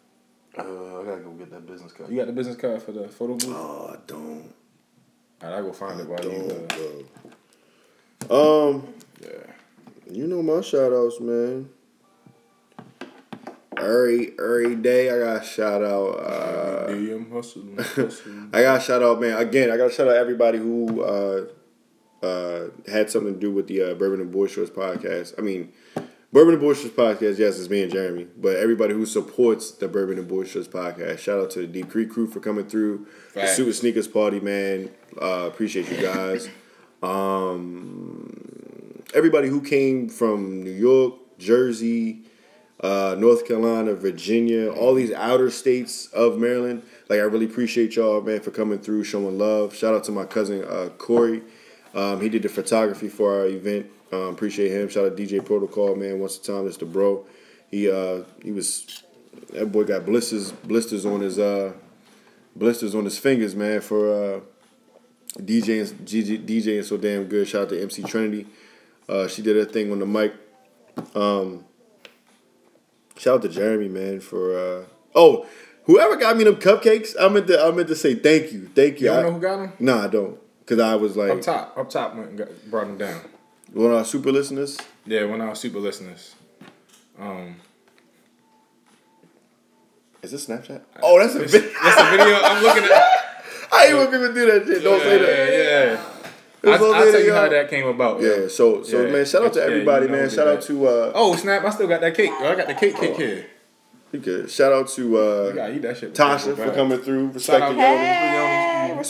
Speaker 2: Uh, I gotta go get that business card.
Speaker 3: You got the business card for the photo booth? All
Speaker 2: Oh, I don't.
Speaker 3: right, I'll go find it while you.
Speaker 2: Don't,
Speaker 3: Uh,
Speaker 2: bro. Um,
Speaker 3: yeah.
Speaker 2: You know my shout outs, man. Every every day I got a shout out. Uh, <laughs>
Speaker 3: DM hustling, hustling.
Speaker 2: I got a shout out, man. Again, I got to shout out everybody who uh, uh, had something to do with the uh, Bourbon and Boy Shorts podcast. I mean, Bourbon and Boy Shorts podcast. Yes, it's me and Jeremy, but everybody who supports the Bourbon and Boy Shorts podcast. Shout out to the Deep Creek crew for coming through. The
Speaker 3: Facts.
Speaker 2: Super Sneakers Party, man. Uh, appreciate you guys. um, everybody who came from New York, Jersey uh, North Carolina, Virginia, all these outer states of Maryland. Like I really appreciate y'all, man, for coming through, showing love. Shout out to my cousin uh, Corey. Um, he did the photography for our event. Um, appreciate him. Shout out DJ Protocol, man. Once a time, it's the bro. He uh, he was that boy got blisters blisters on his uh, blisters on his fingers, man. For uh, DJing GG DJing so damn good. Shout out to MC Trinity. Uh, she did her thing on the mic. Um, Shout out to Jeremy, man, for uh oh, whoever got me them cupcakes, I meant to I meant to say thank you, thank you.
Speaker 3: You
Speaker 2: I,
Speaker 3: don't know who got them?
Speaker 2: Nah, I don't, cause I was
Speaker 3: Up
Speaker 2: like
Speaker 3: top. Up top went and got, brought them down.
Speaker 2: one of our super listeners.
Speaker 3: Yeah, when I was super listeners. Um,
Speaker 2: Is this Snapchat? Oh, that's a video.
Speaker 3: that's the video I'm looking at.
Speaker 2: <laughs> I ain't want people to do that shit. Don't say that.
Speaker 3: Yeah, yeah.
Speaker 2: It was
Speaker 3: I,
Speaker 2: all
Speaker 3: I'll
Speaker 2: later,
Speaker 3: tell you how
Speaker 2: y'all.
Speaker 3: that came about.
Speaker 2: Yeah. So so
Speaker 3: Yeah.
Speaker 2: man, shout out to
Speaker 3: Yeah, you
Speaker 2: everybody,
Speaker 3: know
Speaker 2: man.
Speaker 3: who
Speaker 2: Shout
Speaker 3: did
Speaker 2: out
Speaker 3: that.
Speaker 2: to uh,
Speaker 3: Oh snap! I still got that cake. Yo, I got the cake cake here.
Speaker 2: you good. Shout out to uh,
Speaker 3: You gotta eat that shit. before you
Speaker 2: Tasha
Speaker 3: go
Speaker 2: for
Speaker 3: back.
Speaker 2: coming through.
Speaker 3: Shout out
Speaker 2: Respect
Speaker 3: to
Speaker 2: you.
Speaker 3: Yoni.
Speaker 4: Hey,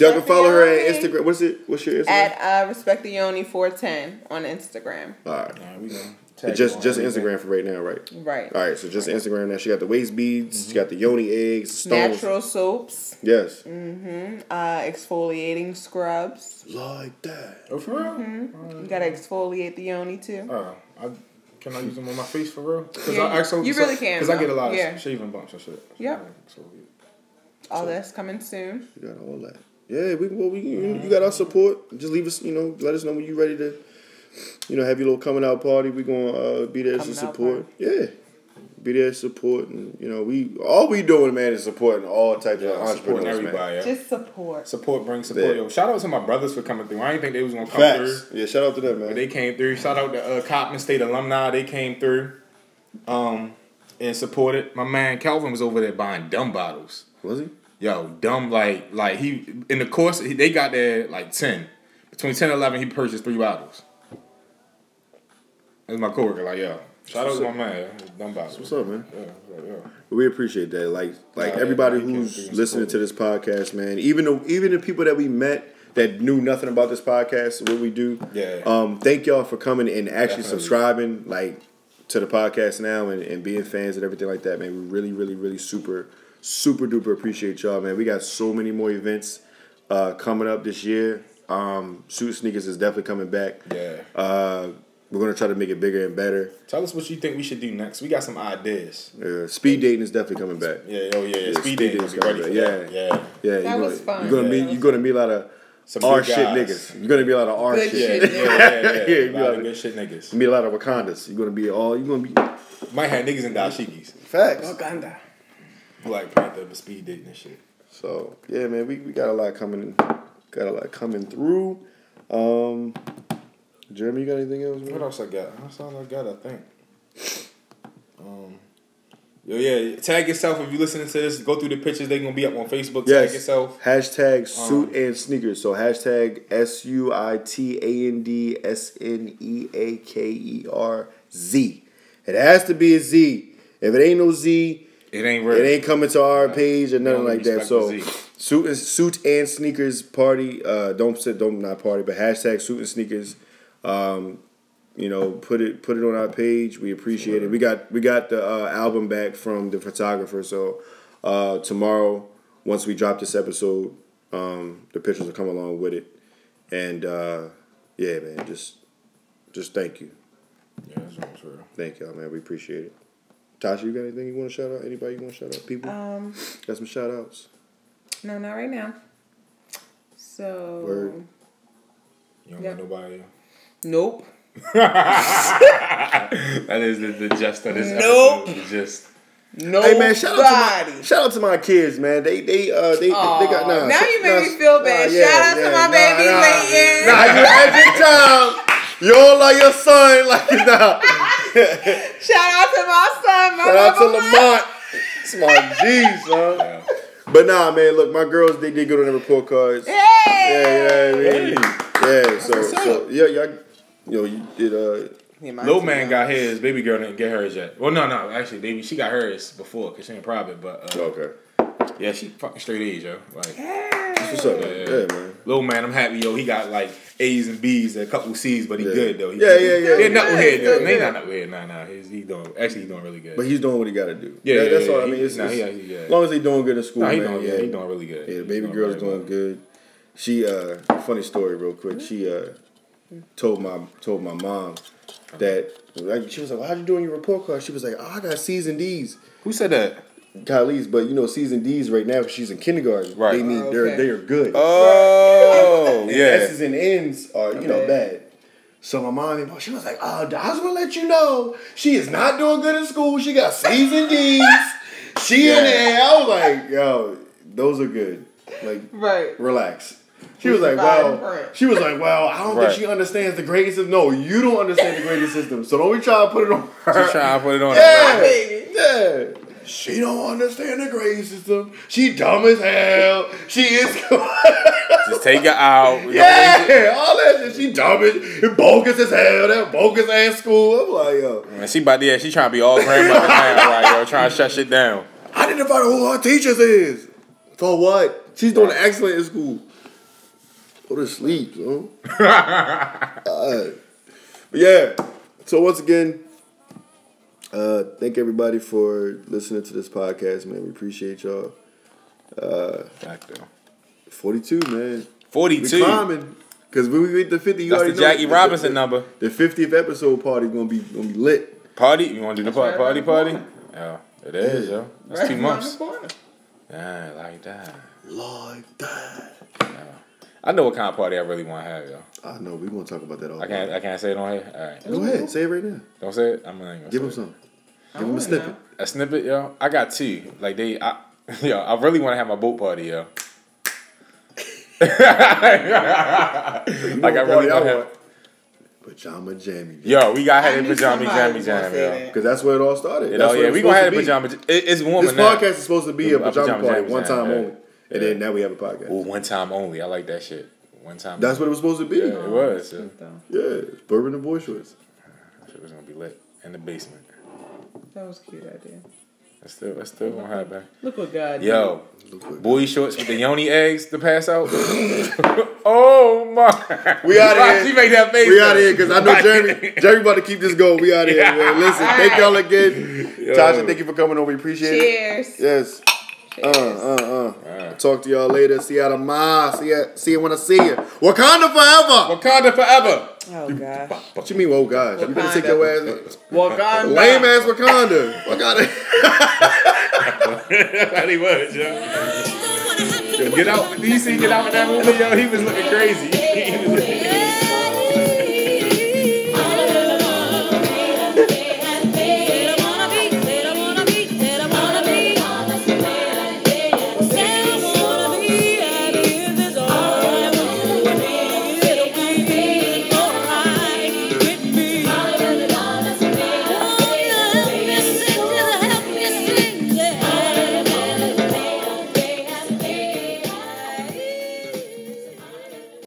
Speaker 2: Y'all can follow her
Speaker 4: Respect
Speaker 2: at
Speaker 4: the Yoni.
Speaker 2: Instagram. What's it? What's your Instagram?
Speaker 4: At uh, respect the Yoni four ten on Instagram.
Speaker 2: all right.
Speaker 3: Alright, we gonna
Speaker 2: It's
Speaker 3: tag you
Speaker 2: just
Speaker 3: on
Speaker 2: just
Speaker 3: everything.
Speaker 2: Instagram for right now, right?
Speaker 4: Right.
Speaker 2: All right. So just Instagram. Now she got the waist beads. She got the yoni eggs. Stones.
Speaker 4: Natural soaps,
Speaker 2: Yes.
Speaker 4: uh, exfoliating scrubs.
Speaker 2: Like that.
Speaker 3: Oh, for real?
Speaker 4: You gotta exfoliate the yoni too.
Speaker 3: Oh, I, can I use them on my face for real? Because
Speaker 4: Yeah,
Speaker 3: I, I so,
Speaker 4: you really can,
Speaker 3: Because I get a lot of
Speaker 4: yeah.
Speaker 3: shaving bumps and shit.
Speaker 4: Yep.
Speaker 3: So,
Speaker 4: All that's coming soon.
Speaker 2: You got all that. Yeah, we well we you, you got our support. Just leave us, you know, let us know when you ready to, you know, have your little coming out party. We gonna uh, be there to
Speaker 4: Coming out
Speaker 2: support. Yeah, be there to support, and you know, we all we doing, man, is supporting all types of
Speaker 3: yeah.
Speaker 2: entrepreneurs,
Speaker 3: Supporting
Speaker 2: man.
Speaker 3: everybody. Yeah.
Speaker 4: Just support.
Speaker 3: Support brings support.
Speaker 2: Yeah.
Speaker 3: Yo, shout out to my brothers for coming through. I didn't think they was gonna come
Speaker 2: Facts.
Speaker 3: through.
Speaker 2: Yeah, shout out to them, man.
Speaker 3: They came through. Shout out to uh, Copman State alumni. They came through, um, and supported. My man Calvin was over there buying dumb bottles.
Speaker 2: Was he?
Speaker 3: Yo, dumb like like he in the course he, they got there like ten. Between ten and eleven he purchased three bottles. That's my coworker, like yo. Shout out to my man, yo, dumb bottles.
Speaker 2: What's up, man?
Speaker 3: Yeah, like, yo.
Speaker 2: We appreciate that. Like like
Speaker 3: Yeah,
Speaker 2: everybody
Speaker 3: everybody came
Speaker 2: who's
Speaker 3: through and
Speaker 2: listening to this podcast, man. Even the even the people that we met that knew nothing about this podcast, what we do.
Speaker 3: Yeah.
Speaker 2: Um, thank y'all for coming and actually
Speaker 3: Definitely.
Speaker 2: subscribing, like to the podcast now and, and being fans and everything like that, man. We really, really, really super, super duper appreciate y'all, man. We got so many more events uh, coming up this year. Um, Suit Sneakers is definitely coming back.
Speaker 3: Yeah.
Speaker 2: Uh, we're gonna try to make it bigger and better.
Speaker 3: Tell us what you think we should do next. We got some ideas.
Speaker 2: Uh, speed dating is definitely coming back.
Speaker 3: Yeah, oh yeah, yeah.
Speaker 2: speed
Speaker 3: Speed dating.
Speaker 2: dating's
Speaker 3: Be ready for
Speaker 2: coming
Speaker 3: that.
Speaker 2: back,
Speaker 3: Yeah.
Speaker 2: Yeah,
Speaker 4: That
Speaker 2: you're
Speaker 4: was
Speaker 2: gonna,
Speaker 4: fun.
Speaker 2: You're gonna
Speaker 4: Yeah.
Speaker 2: meet. You're gonna meet a lot of
Speaker 3: Some
Speaker 2: our
Speaker 3: good
Speaker 2: shit
Speaker 3: guys.
Speaker 2: niggas. You're gonna be a lot of our
Speaker 4: Good
Speaker 2: shit.
Speaker 4: shit.
Speaker 3: Yeah, yeah, yeah.
Speaker 2: Yeah,
Speaker 3: <laughs>
Speaker 2: you
Speaker 3: yeah. A lot
Speaker 2: gotta-
Speaker 3: of good shit niggas.
Speaker 2: Meet a lot of Wakandas. You're gonna be all. You're gonna be
Speaker 3: Might have niggas in dashikis.
Speaker 2: facts.
Speaker 4: Uganda.
Speaker 3: Black Panther, but speed dating and shit.
Speaker 2: So yeah, man, we, we got a lot coming. Got a lot coming through. Um, Jeremy, you got anything else?
Speaker 3: What
Speaker 2: Man?
Speaker 3: else I got? That's all I got, I think. Um, yo, yeah. Tag yourself if you're listening to this. Go through the pictures. They're gonna be up on Facebook. Tag
Speaker 2: Yes.
Speaker 3: yourself.
Speaker 2: Hashtag suit
Speaker 3: Um,
Speaker 2: and sneakers. So hashtag S U I T A N D S N E A K E R Z. It has to be a Z. If it ain't no Z,
Speaker 3: It ain't
Speaker 2: It ain't coming to our page or nothing
Speaker 3: don't
Speaker 2: like that.
Speaker 3: respect
Speaker 2: So
Speaker 3: the Z.
Speaker 2: suit and suit and sneakers party. Uh, don't sit. Don't not party, but hashtag suit and sneakers. Um, you know, put it put it on our page. We appreciate it. We got we got the uh, album back from the photographer. So uh, tomorrow, once we drop this episode, um, the pictures will come along with it. And uh, yeah, man, just just thank you,
Speaker 3: Yeah, that's what I'm saying.
Speaker 2: thank y'all, man. We appreciate it. Tasha, you got anything you want to shout out? Anybody you want to shout out? People
Speaker 4: Um,
Speaker 2: got some shout outs.
Speaker 4: no, not right now. So,
Speaker 2: Word.
Speaker 3: You don't
Speaker 4: Yeah.
Speaker 3: got nobody.
Speaker 4: nope.
Speaker 3: That is the, the gist of this
Speaker 4: Nope.
Speaker 3: episode. Just
Speaker 4: Nobody.
Speaker 2: Hey man, shout out, to my, shout out to my kids, man. They they uh they, they got nah,
Speaker 4: now you
Speaker 2: nah,
Speaker 4: make me feel bad.
Speaker 2: nah, yeah,
Speaker 4: shout out to
Speaker 2: yeah,
Speaker 4: my
Speaker 2: nah,
Speaker 4: baby
Speaker 2: nah.
Speaker 4: Layton.
Speaker 2: Nah, you had your time. You all like your son, <laughs> like nah.
Speaker 4: Shout out to my son, my
Speaker 2: Shout out to
Speaker 4: number one.
Speaker 2: Lamont. It's my G's, huh?
Speaker 3: yeah.
Speaker 2: But nah, man, look, my girls they did good on their report cards. Yeah, yeah, yeah. I mean, yeah so so yeah, y'all, you know, you did uh
Speaker 4: Yeah, mine
Speaker 3: Lil
Speaker 4: too,
Speaker 3: man
Speaker 4: though.
Speaker 3: got his. Baby girl didn't get hers yet. Well, no, no. Actually, baby, she got hers before because she ain't private. But uh,
Speaker 2: okay.
Speaker 3: yeah, she fucking straight A's, yo. Like
Speaker 2: What's up, man? Yeah, man.
Speaker 3: Lil man, I'm happy, yo. He got like A's and B's and a couple C's, but he
Speaker 2: Yeah.
Speaker 3: good though. He,
Speaker 2: Yeah, yeah, yeah.
Speaker 3: He a
Speaker 4: Good,
Speaker 3: knucklehead though.
Speaker 4: good,
Speaker 3: He
Speaker 4: good.
Speaker 3: not knucklehead. Nah, nah. He's he doing actually he's doing really good.
Speaker 2: But he's doing what he got to do.
Speaker 3: Yeah,
Speaker 2: That-
Speaker 3: yeah,
Speaker 2: that's all
Speaker 3: yeah.
Speaker 2: I mean.
Speaker 3: He-
Speaker 2: It's,
Speaker 3: nah,
Speaker 2: it's-
Speaker 3: he- he- yeah.
Speaker 2: As long as they doing good in school,
Speaker 3: nah, he
Speaker 2: man.
Speaker 3: doing
Speaker 2: yeah,
Speaker 3: yeah, he doing really good.
Speaker 2: Yeah, the
Speaker 3: He's
Speaker 2: baby girl's
Speaker 3: really
Speaker 2: doing good. She uh funny story real quick. She uh told my told my mom that like she was like, well, "How'd you do on your report card?" She was like, "Oh, I got C's and D's,
Speaker 3: Who said that?
Speaker 2: Kylie's, but you know C's and D's right now. 'cause She's in kindergarten.
Speaker 3: Right.
Speaker 2: They mean
Speaker 4: Oh,
Speaker 2: they're
Speaker 4: okay.
Speaker 2: they're good.
Speaker 3: Oh
Speaker 2: And S's and N's are you know
Speaker 4: Okay.
Speaker 2: bad. So my mom, and- she was like, "Oh, I was gonna let you know she is not doing good in school. She got C's and D's. She in
Speaker 3: Yeah.
Speaker 2: there." I was like, "Yo, those are good. Like,
Speaker 4: Right.
Speaker 2: relax." She was like,
Speaker 4: Survive and
Speaker 2: "Well,"
Speaker 4: print.
Speaker 2: she was like, "Well, I don't
Speaker 3: Right.
Speaker 2: think she understands the grading system. No, you don't understand the grading system. So don't be trying to put it on her.
Speaker 3: Just trying to put it
Speaker 2: <laughs>
Speaker 3: on.
Speaker 2: Yeah,
Speaker 4: baby.
Speaker 2: yeah. She don't understand the grading system. She dumb as hell. She <laughs>
Speaker 3: <laughs>
Speaker 2: is."
Speaker 3: Just take it out.
Speaker 2: Yeah, all that shit. She dumb as and bogus as hell. That bogus ass school. I'm like, yo,
Speaker 3: And she about to, yeah, she trying to be all grandmother now, like, yo, trying to shut shit down.
Speaker 2: identify who our teachers is. For what? She's doing excellent in school. Go to sleep, son.
Speaker 3: <laughs>
Speaker 2: Alright. But yeah. So once again, uh, thank everybody for listening to this podcast, man. We appreciate y'all.
Speaker 3: Back though.
Speaker 2: 42, man. We
Speaker 3: 42.
Speaker 2: climbing. Cause when we get to 50, you
Speaker 3: E That's the
Speaker 2: already know
Speaker 3: Jackie Robinson number.
Speaker 2: The 50th episode party gonna be gonna be lit.
Speaker 3: Party? You want to do the
Speaker 4: That's
Speaker 3: party party?
Speaker 4: right around
Speaker 3: party? Yeah, it is, yo. That's
Speaker 4: Right
Speaker 3: two
Speaker 4: around
Speaker 3: months.
Speaker 4: the corner.
Speaker 3: Yeah, like that.
Speaker 2: like that.
Speaker 3: I know what kind of party I really want to have, yo.
Speaker 2: I know we're gonna talk about that all.
Speaker 3: I can't, I can't say it on here. All right.
Speaker 2: Go ahead, say it right now.
Speaker 3: Don't say it. I'm not even gonna
Speaker 2: Give him
Speaker 3: say it.
Speaker 2: some.
Speaker 4: I
Speaker 2: Give him a
Speaker 4: wanna
Speaker 2: snippet.
Speaker 4: know.
Speaker 3: A snippet, yo. I got two. Like, they, I, <laughs> yo, I really want to have my boat party, yo. like, I really want to have.
Speaker 2: Pajama jammy.
Speaker 3: Yo, we got to
Speaker 4: I
Speaker 3: have a
Speaker 4: knew
Speaker 3: pajama
Speaker 4: somebody
Speaker 3: jammy
Speaker 4: was gonna
Speaker 3: jam,
Speaker 4: say
Speaker 3: yo.
Speaker 4: that.
Speaker 2: Because that's where it all started.
Speaker 3: You
Speaker 2: That's
Speaker 3: know,
Speaker 2: what
Speaker 3: yeah,
Speaker 2: it's
Speaker 3: we
Speaker 2: supposed
Speaker 3: gonna have
Speaker 2: to
Speaker 3: a
Speaker 2: be.
Speaker 3: pajama. j- It, it's warm
Speaker 2: This
Speaker 3: now.
Speaker 2: podcast is supposed to be a
Speaker 3: A
Speaker 2: pajama,
Speaker 3: pajama
Speaker 2: party
Speaker 3: jammy
Speaker 2: one
Speaker 3: jam,
Speaker 2: time
Speaker 3: yeah.
Speaker 2: only, and then now we have a podcast.
Speaker 3: Ooh, one time only. I like that shit. One time.
Speaker 2: That's what
Speaker 3: only.
Speaker 2: it was supposed to be.
Speaker 3: Yeah, it was. Yeah.
Speaker 4: Though.
Speaker 2: Yeah, bourbon and boy shorts.
Speaker 3: Shit was gonna be lit in the basement.
Speaker 4: That was a cute idea.
Speaker 3: That's still that's still gonna happen.
Speaker 5: Look what God did.
Speaker 3: Yo, boy shorts with the yoni eggs to pass out. <laughs> oh my!
Speaker 2: We outta
Speaker 3: Why
Speaker 2: here.
Speaker 3: She made that face.
Speaker 2: We out of here because I know Jeremy. Jeremy about to keep this going. We out of here,
Speaker 3: <laughs>
Speaker 2: man. Listen, thank y'all again. Tasha, thank you for coming over. We appreciate it.
Speaker 4: Cheers.
Speaker 2: Yes. Uh, uh, uh. Talk to y'all later. See y'all tomorrow. See ya, see you when I see you. Wakanda forever.
Speaker 3: Wakanda forever.
Speaker 4: Oh gosh.
Speaker 2: What you mean, oh gosh? You better take your ass.
Speaker 5: Wakanda.
Speaker 2: Lame ass Wakanda. Wakanda.
Speaker 3: <laughs> That he was, yo. Yo, Get out, DC. Get out with that movie, yo. He was looking crazy. He was looking crazy.